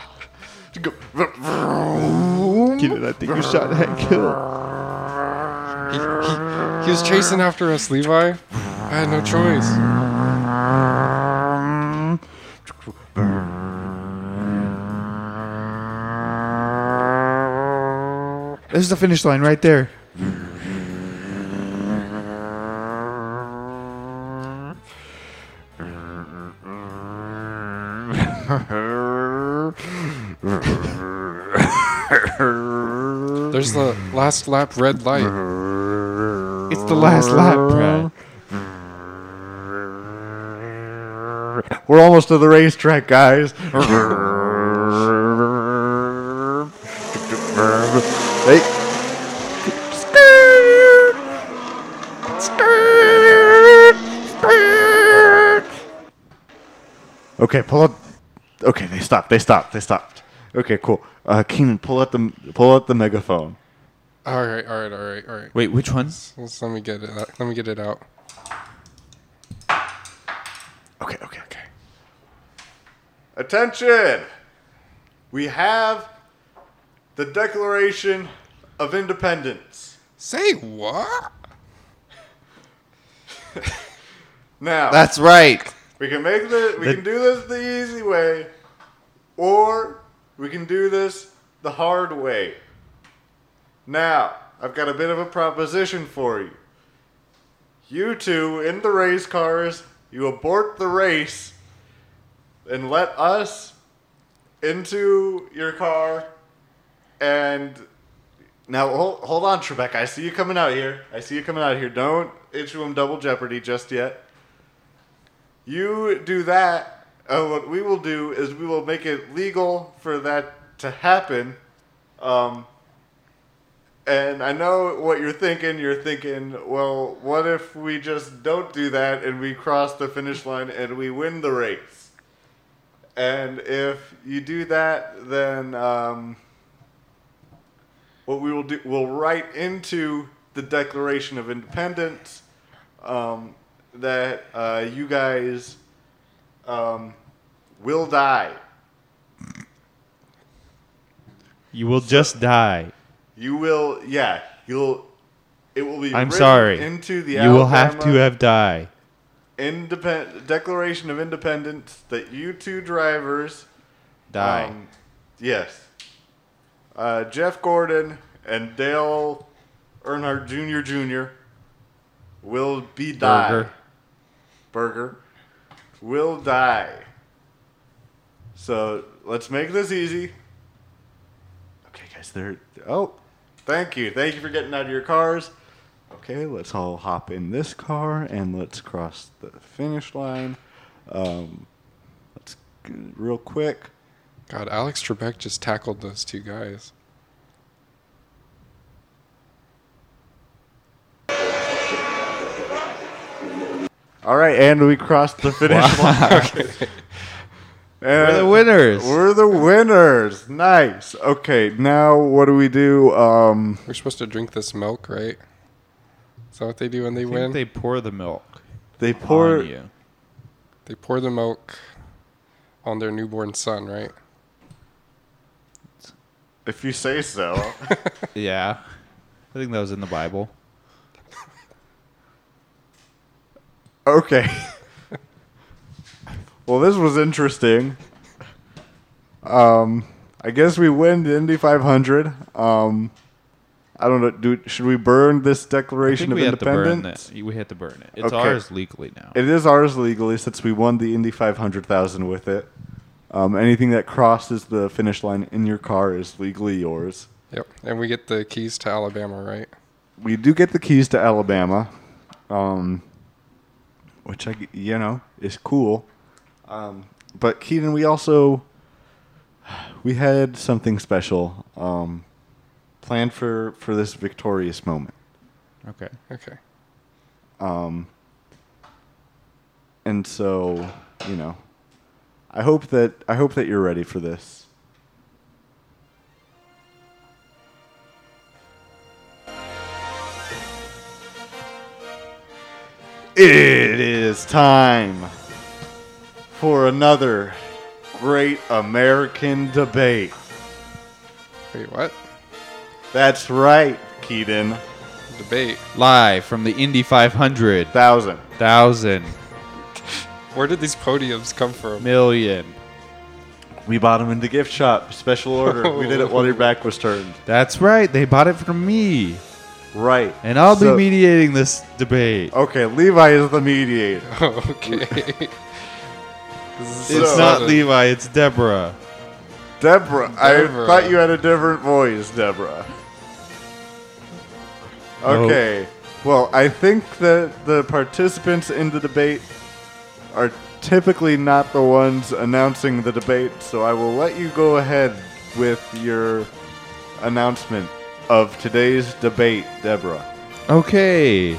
A: Keenan, I think you shot that kill.
C: He, he, he was chasing after us, Levi. I had no choice.
A: There's the finish line right there.
C: There's the last lap red light.
A: It's the last lap, Brad.
B: We're almost to the racetrack, guys. hey. Okay, pull up. Okay, they stopped. They stopped. They stopped. Okay, cool. Uh, Keenan, pull out the pull out the megaphone.
C: All right, all right, all right, all right.
A: Wait, which one?
C: Let's, let me get it. Out. Let me get it out.
B: Okay, okay, okay. Attention! We have the Declaration of Independence.
C: Say what?
B: Now,
A: That's right.
B: we can make the we
A: The-
B: can do this the easy way, or we can do this the hard way. Now, I've got a bit of a proposition for you. You two in the race cars, you abort the race and let us into your car and now hold, hold on Trebek, I see you coming out here. I see you coming out here. Don't issue him double jeopardy just yet. You do that, and what we will do is we will make it legal for that to happen. Um, and I know what you're thinking. You're thinking, well, what if we just don't do that and we cross the finish line and we win the race? And if you do that, then um, what we will do, we'll write into the Declaration of Independence um, that uh, you guys um, will die.
A: You will just die.
B: You will, yeah, you'll. It will be.
A: I'm
B: written
A: sorry.
B: Into the
A: you will have to
B: Alabama
A: have die.
B: independ- Declaration of Independence that you two drivers
A: Die.
B: Um, yes. Uh, Jeff Gordon and Dale Earnhardt Jr. Jr. will be die.
A: Burger.
B: Burger will die. So let's make this easy. Okay, guys, they're. Oh, thank you. Thank you for getting out of your cars. Okay, let's all hop in this car and let's cross the finish line. Um, let's g- real quick.
C: God, Alex Trebek just tackled those two guys.
B: All right, and we crossed the finish line. And
A: We're the winners.
B: We're the winners. Nice. Okay, now what do we do? Um,
C: We're supposed to drink this milk, right? Is that what they do when they
A: I
C: win?
A: think
C: They,
A: they pour the milk
B: they pour.
A: on you.
C: pour the milk on their newborn son, right?
E: If you say so.
A: Yeah. I think that was in the Bible.
B: Okay. well, this was interesting. Um, I guess we win the Indy 500. Um, I don't know. Do, should we burn this
A: I
B: Declaration
A: think
B: of
A: we have to burn
B: Independence?
A: it. We had to burn it. It's
B: Okay.
A: ours legally now.
B: It is ours legally since we won the Indy 500,000 with it. Um, anything that crosses the finish line in your car is legally yours.
C: Yep. And we get the keys to Alabama, right?
B: we do get the keys to Alabama, um, which I g- you know is cool. Um, but Keaton, we also we had something special um, planned for for this victorious moment,
A: Okay.
C: Okay.
B: and so you know, I hope that I hope that you're ready for this. It is time for another great American debate.
C: Wait, what?
B: That's right, Keaton.
C: Debate.
A: Live from the Indy 500.
B: Thousand.
A: Thousand.
C: Where did these podiums come from?
A: Million.
B: We bought them in the gift shop, special order. we did it while your back was turned.
A: That's right. They bought it from me.
B: Right.
A: And I'll
B: So-
A: be mediating this debate.
B: Okay, Levi is the mediator.
C: Oh, okay. This is
A: it's
B: so-
A: not
C: a-
A: Levi, it's Deborah.
B: Deborah,
C: Deborah.
B: I thought you had a different voice, Deborah.
A: Nope.
B: Okay. Well, I think that the participants in the debate are typically not the ones announcing the debate, so I will let you go ahead with your announcement of today's debate, Deborah.
A: Okay.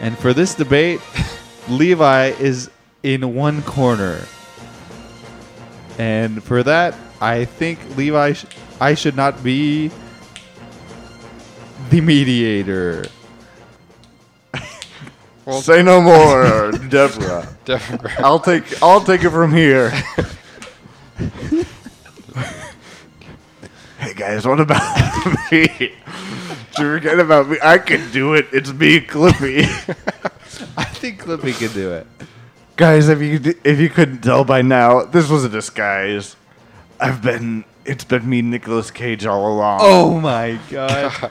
A: And for this debate, Levi is in one corner. And for that, I think Levi, sh- I should not be the mediator.
C: Well-
B: Say no more, Deborah.
C: Deborah.
B: I'll take I'll take it from here. hey guys, what about me? Did you forget about me? I can do it. It's me, Clippy.
A: I think Clippy can do it.
B: guys, if you d- if you couldn't tell by now, this was a disguise. I've been it's been me, Nicolas Cage, all along.
A: Oh my god.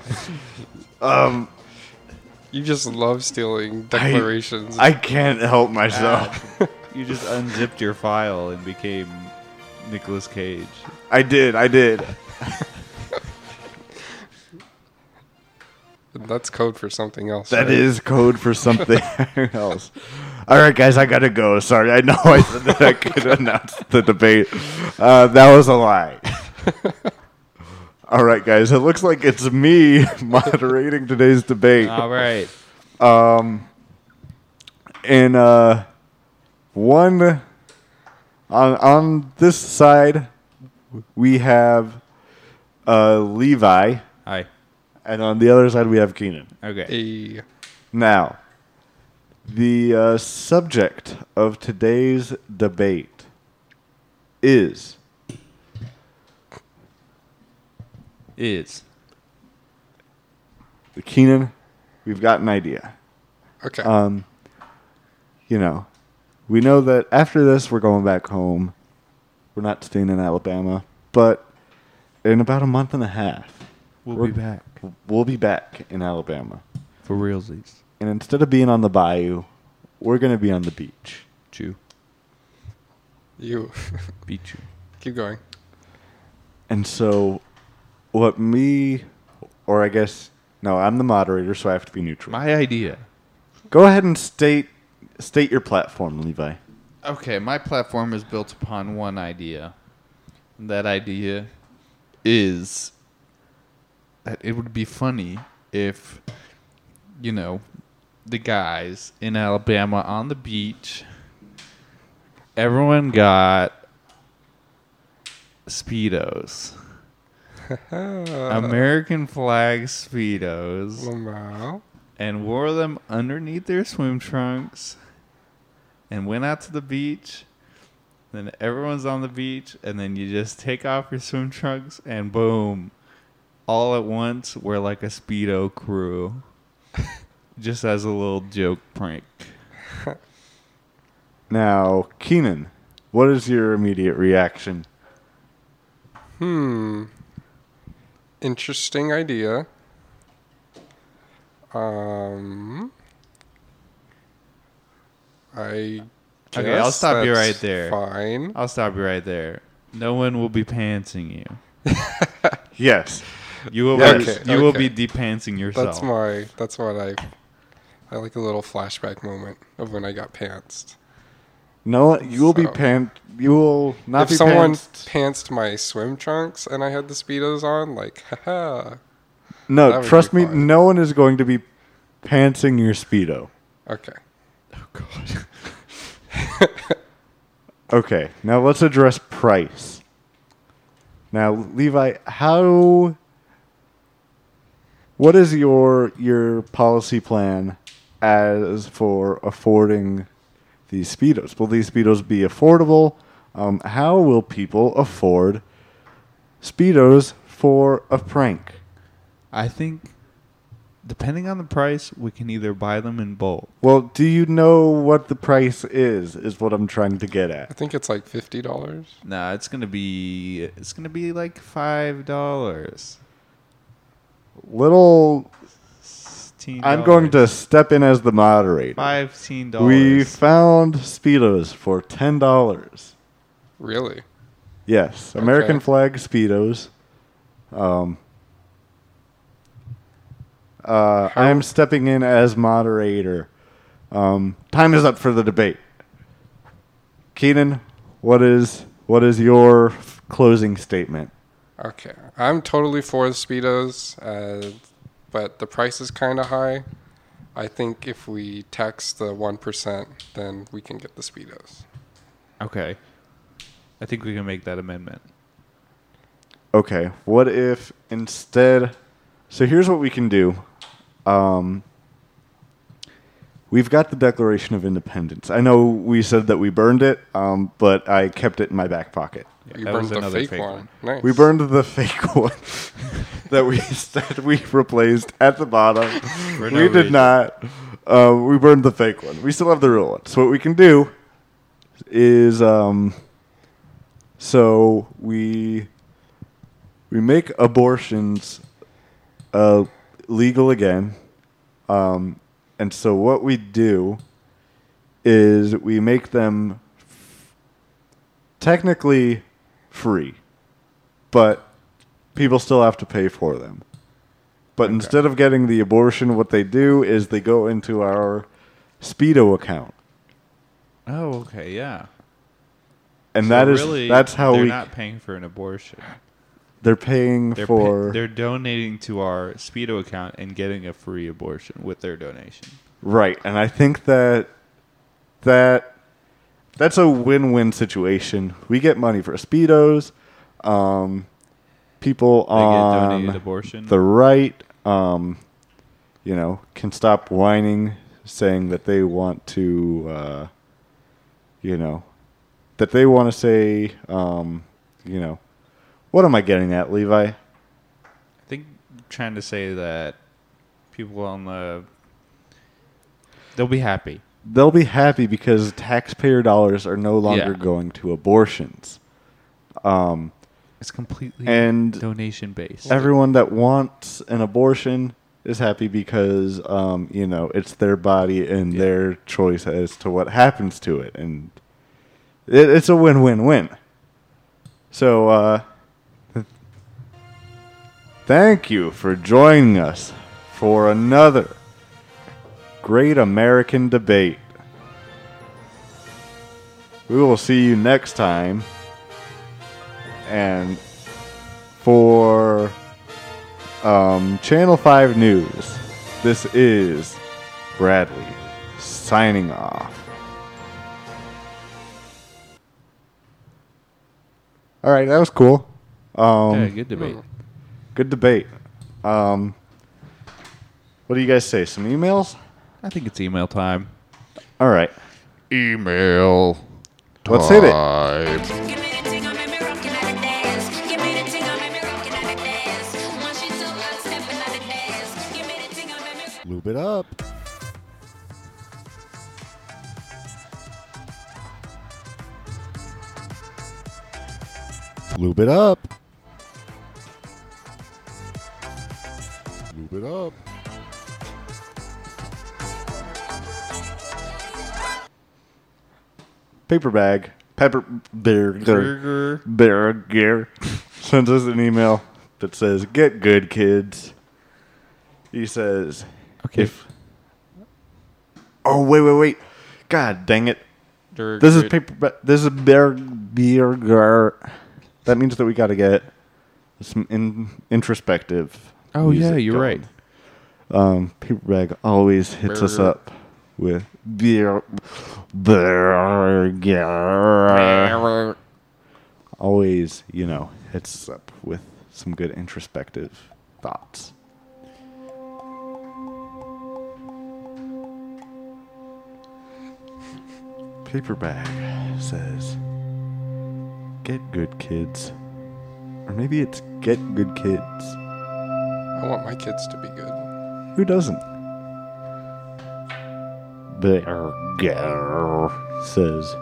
B: Um,
C: You just love stealing
B: I-
C: declarations.
B: I can't help myself.
A: Ah. you just unzipped your file and became Nicolas Cage.
B: I did. I did.
C: That's code for something else.
B: That
C: right?
B: is code for something else. All right, guys, I gotta go. Sorry, I know I said that I could announce the debate. Uh, that was a lie. All right, guys, it looks like it's me moderating today's debate.
A: All right.
B: And uh, one on on this side, we have uh, Levi,
A: Hi.
B: and on the other side we have Keenan.
A: Okay.
C: a
B: Now, the uh, subject of today's debate is
A: Is.
B: Keenan. We've got an idea.
C: okay.
B: Um, you know, we know that after this we're going back home. We're not staying in Alabama, but in about a month and a half,
A: We'll
B: We're-
A: be back.
B: we'll be back in Alabama.
A: For realsies.
B: And instead of being on the bayou, we're gonna be on the beach.
A: Chew.
C: you
A: Beat you.
C: keep going.
B: And so, what me, or I guess, no, I'm the moderator, so I have to be neutral.
A: My idea.
B: Go ahead and state state your platform, Levi.
A: Okay, my platform is built upon one idea. And That idea is that it would be funny if, you know, the guys in Alabama on the beach, everyone got Speedos. American flag Speedos
C: Lamau.
A: and wore them underneath their swim trunks and went out to the beach. Then everyone's on the beach, and then you just take off your swim trunks, and boom, all at once we're like a speedo crew, just as a little joke prank.
B: Now, Keenan, what is your immediate reaction?
C: Hmm. Interesting idea. Um. I.
A: Okay, I'll
C: guess
A: stop you
C: that's
A: right there.
C: Fine.
A: I'll stop you right there. No one will be pantsing you.
B: Yes.
A: You will
B: Yeah,
A: be,
C: okay,
A: you will
C: okay.
A: be depantsing yourself.
C: That's my. That's what I. I like a little flashback moment of when I got pantsed.
B: No, you will be
C: So-
B: pant. You will not
C: if
B: be
C: someone
B: pantsed.
C: pantsed my swim trunks and I had the speedos on, like, haha. that
B: No,
C: would
B: trust
C: be
B: me.
C: fine.
B: No one is going to be pantsing your speedo.
C: Okay.
A: oh god.
B: Okay, now let's address price. Now, Levi, how what is your your policy plan as for affording these speedos? Will these speedos be affordable? Um, how will people afford speedos for a prank?
A: I think depending on the price, we can either buy them in bulk.
B: Well, do you know what the price is? Is what I'm trying to get
C: I
B: at.
C: think it's like fifty dollars.
A: Nah, it's gonna be it's gonna be like five dollars.
B: Little, I'm going to step in as the moderator.
A: fifteen
B: We
A: dollars.
B: found Speedos for ten dollars.
C: Really?
B: Yes, American
C: Okay.
B: flag Speedos. Um, uh, I am stepping in as moderator. Um, time is up for the debate. Keenan, what is what is your f- closing statement?
C: Okay. I'm totally for the speedos, uh, but the price is kind of high. I think if we tax the one percent, then we can get the speedos.
A: okay, I think we can make that amendment.
B: Okay, what if instead? So here's what we can do. Um, we've got the Declaration of Independence. I know we said that we burned it, um, but I kept it in my back pocket.
A: Yeah,
C: We
A: that
C: burned
A: was
C: the
A: another
C: fake, one. Nice.
B: We burned the fake one that we said we replaced at the bottom.
A: For no
B: we did
A: reason.
B: not. Uh, we burned the fake one. We still have the real one. So what we can do is, um, so we we make abortions uh, legal again, um, and so what we do is we make them technically free, but people still have to pay for them. But instead of getting the abortion, what they do is they go into our Speedo account,
A: Oh, okay, yeah.
B: and
A: So
B: that is
A: really,
B: that's how
A: they're
B: we
A: not paying for an abortion.
B: they're paying
A: They're pa-
B: for
A: they're donating to our speedo account and getting a free abortion with their donation.
B: right. And I think that that that's a win-win situation. We get money for Speedos. Um, people
A: They get
B: on
A: donated abortion.
B: the right, um, you know, can stop whining, saying that they want to, uh, you know, that they want to say, um, you know, what am I getting at, Levi?
A: I think I'm trying to say that people on the they'll be happy.
B: They'll be happy because taxpayer dollars are no longer
A: Yeah.
B: going to abortions. Um,
A: It's completely
B: And
A: donation based.
B: everyone that wants an abortion is happy because um, you know it's their body and their choice as to what happens to it, and it, it's a win-win-win. So, uh, th- thank you for joining us for another great American debate. We will see you next time, and for um, Channel 5 News. This is Bradley signing off. All right, that was cool. Um,
A: yeah, good debate.
B: Good debate. Um, what do you guys say? Some emails?
A: I think it's email time.
B: All right,
A: Email.
B: let's hit it.
F: Give me the tingle, make me rock and I dance. Give me the tingle, make me rock and I dance. One she do
B: Scoop it up. Lube it up. Lube it up. Paper bag. Pepper. Burger.
E: Burger.
B: Berger sends us an email that says, "Get good, kids." He says,
E: Okay.
B: "If oh wait wait wait, God dang it!
E: Burger.
B: This is paper. ba- This is Ber- Berger. That means that we got to get some in, introspective.
E: Oh yeah,
B: music
E: you're
B: going.
E: right.
B: Um, paper bag always hits us
E: Burger.
B: up with beer, Berger always, you know, hits us up with some good introspective thoughts. Paper bag says, Get good kids. Or maybe it's get good kids.
C: I want my kids to be good.
B: Who doesn't? Berger says,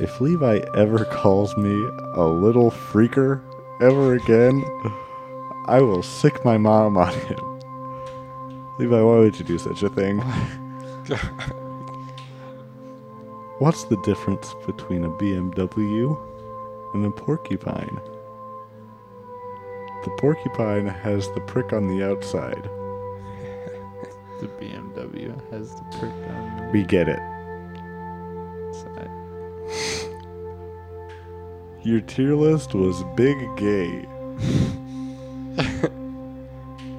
B: if Levi ever calls me a little freaker ever again, I will sick my mom on him. Levi, why would you do such a thing? What's the difference between a BMW and a porcupine? The porcupine has the prick on the outside.
E: The BMW has the prick on
B: We get it.
E: the side.
B: Your tier list was big gay.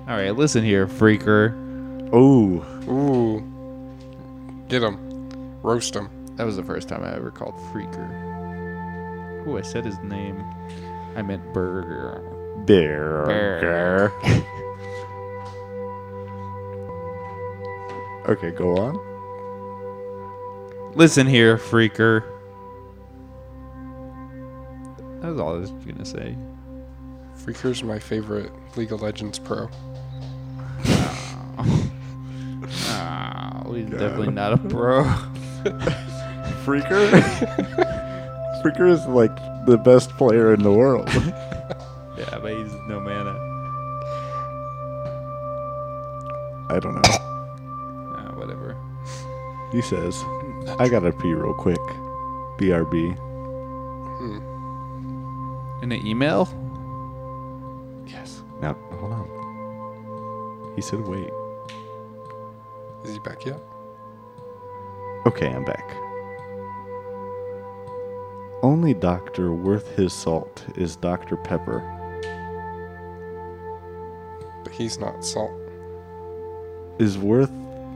E: All right, listen here, freaker.
B: Oh,
C: Ooh. Get them. Roast them.
E: That was the first time I ever called freaker. Ooh, I said his name. I meant burger.
B: bear. okay, go on.
E: Listen here, freaker. That was all I was gonna say.
C: Freaker's my favorite League of Legends pro.
E: Ah, he's definitely not a pro.
B: Freaker? Freaker is like the best player in the world.
E: yeah, but he's no mana.
B: I don't know.
E: Ah, whatever.
B: He says, I gotta pee real quick. BRB.
E: Hmm. In an email?
B: Yes. Now, hold on. He said, wait.
C: Is he back yet?
B: Okay, I'm back. Only doctor worth his salt is Dr. Pepper.
C: But he's not salt.
B: Is worth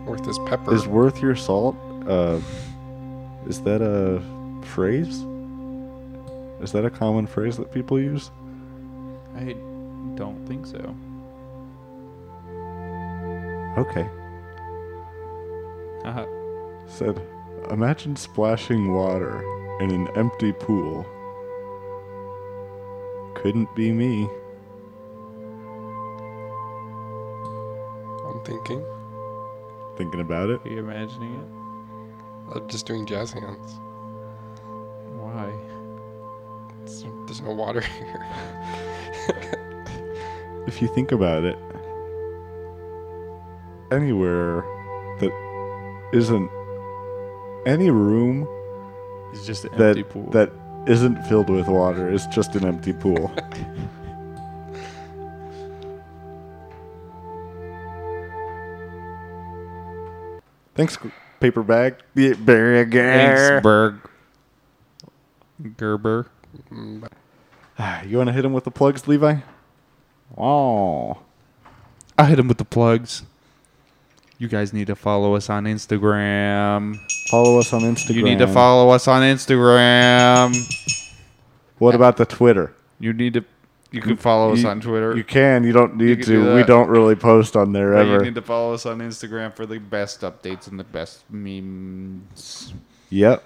C: Worth his pepper.
B: is worth your salt? Uh, is that a phrase? Is that a common phrase that people use?
E: I don't think so.
B: Okay.
E: Haha.
B: Said, imagine splashing water in an empty pool. Couldn't be me.
C: I'm thinking.
B: Thinking about it.
E: Are you imagining it?
C: I'm Uh, just doing jazz hands.
E: Why?
C: It's- there's no water here.
B: if you think about it, anywhere that isn't any room
E: It's just an
B: that
E: empty pool.
B: that isn't filled with water is just an empty pool. Thanks, paper bag. Yeah, Barry again.
E: Thanksburg. Gerber.
B: You want to hit him with the plugs, Levi? Oh.
E: I hit him with the plugs. You guys need to follow us on Instagram.
B: Follow us on Instagram.
E: You need to follow us on Instagram.
B: What about the Twitter?
E: You need to. You can follow us
B: You-
E: on Twitter.
B: You can. You don't need
E: can
B: to.
E: do
B: we
E: that.
B: don't really post on there
E: but
B: ever.
E: you need to follow us on Instagram for the best updates and the best memes
B: yep.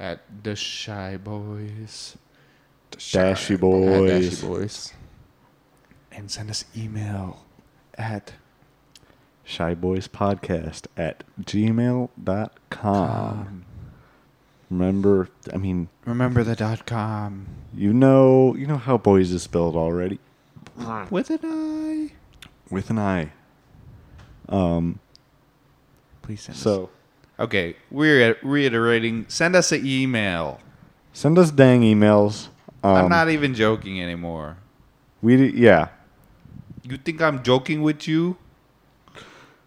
E: at the Shy Boys.
B: Dashy
E: At Dashy
B: boys.
E: Boys. And send us email at
B: shyboyspodcast at gmail.com. Remember, I mean,
A: Remember the dot com
B: you know, you know how boys is spelled already
A: with an I.
B: with an I.
A: Please send. us.
B: So
A: okay, we're reiterating. Send us an email.
B: send us dang emails. Um,
A: I'm not even joking anymore.
B: We yeah.
A: You think I'm joking with you?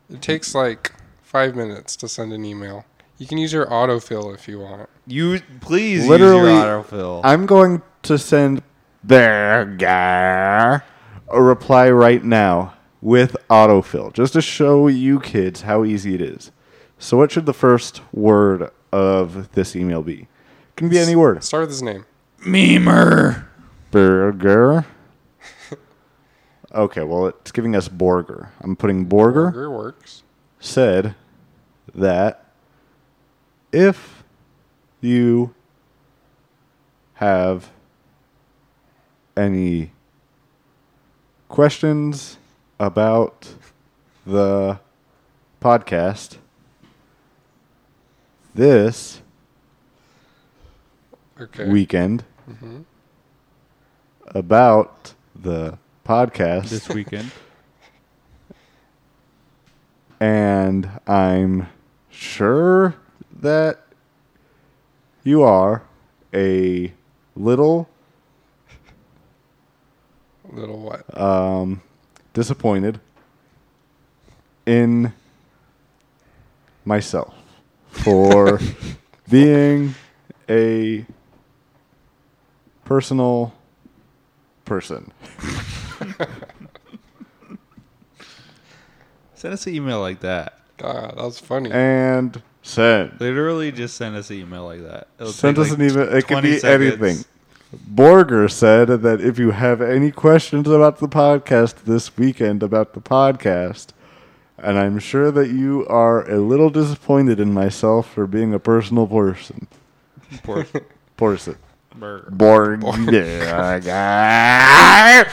C: It takes like five minutes to send an email. You can use your autofill if you want.
A: You please
B: Literally,
A: use your autofill.
B: I'm going to send there guy a reply right now with autofill just to show you kids how easy it is. So what should the first word of this email be? It can be any word.
C: Start with his name.
A: Memer.
B: Burger. Okay, well it's giving us Borger. I'm putting Borger.
C: Burger works.
B: said that if you have any questions about the podcast, this
C: Okay.
B: weekend about the podcast
A: This weekend.
B: and I'm sure that you are a little
C: Little what? Ah,
B: disappointed in myself for being a personal person.
A: Send us an email like that.
C: God, that was funny.
B: And send.
A: Literally, just send us an email like that. It'll
B: Send
A: take
B: us
A: like
B: an email. It could
A: 20
B: be
A: seconds.
B: anything. Borger said that if you have any questions about the podcast this weekend, about the podcast, and I'm sure that you are a little disappointed in myself for being a personal person.
A: Poor
B: Person.
A: burger.
B: Borger.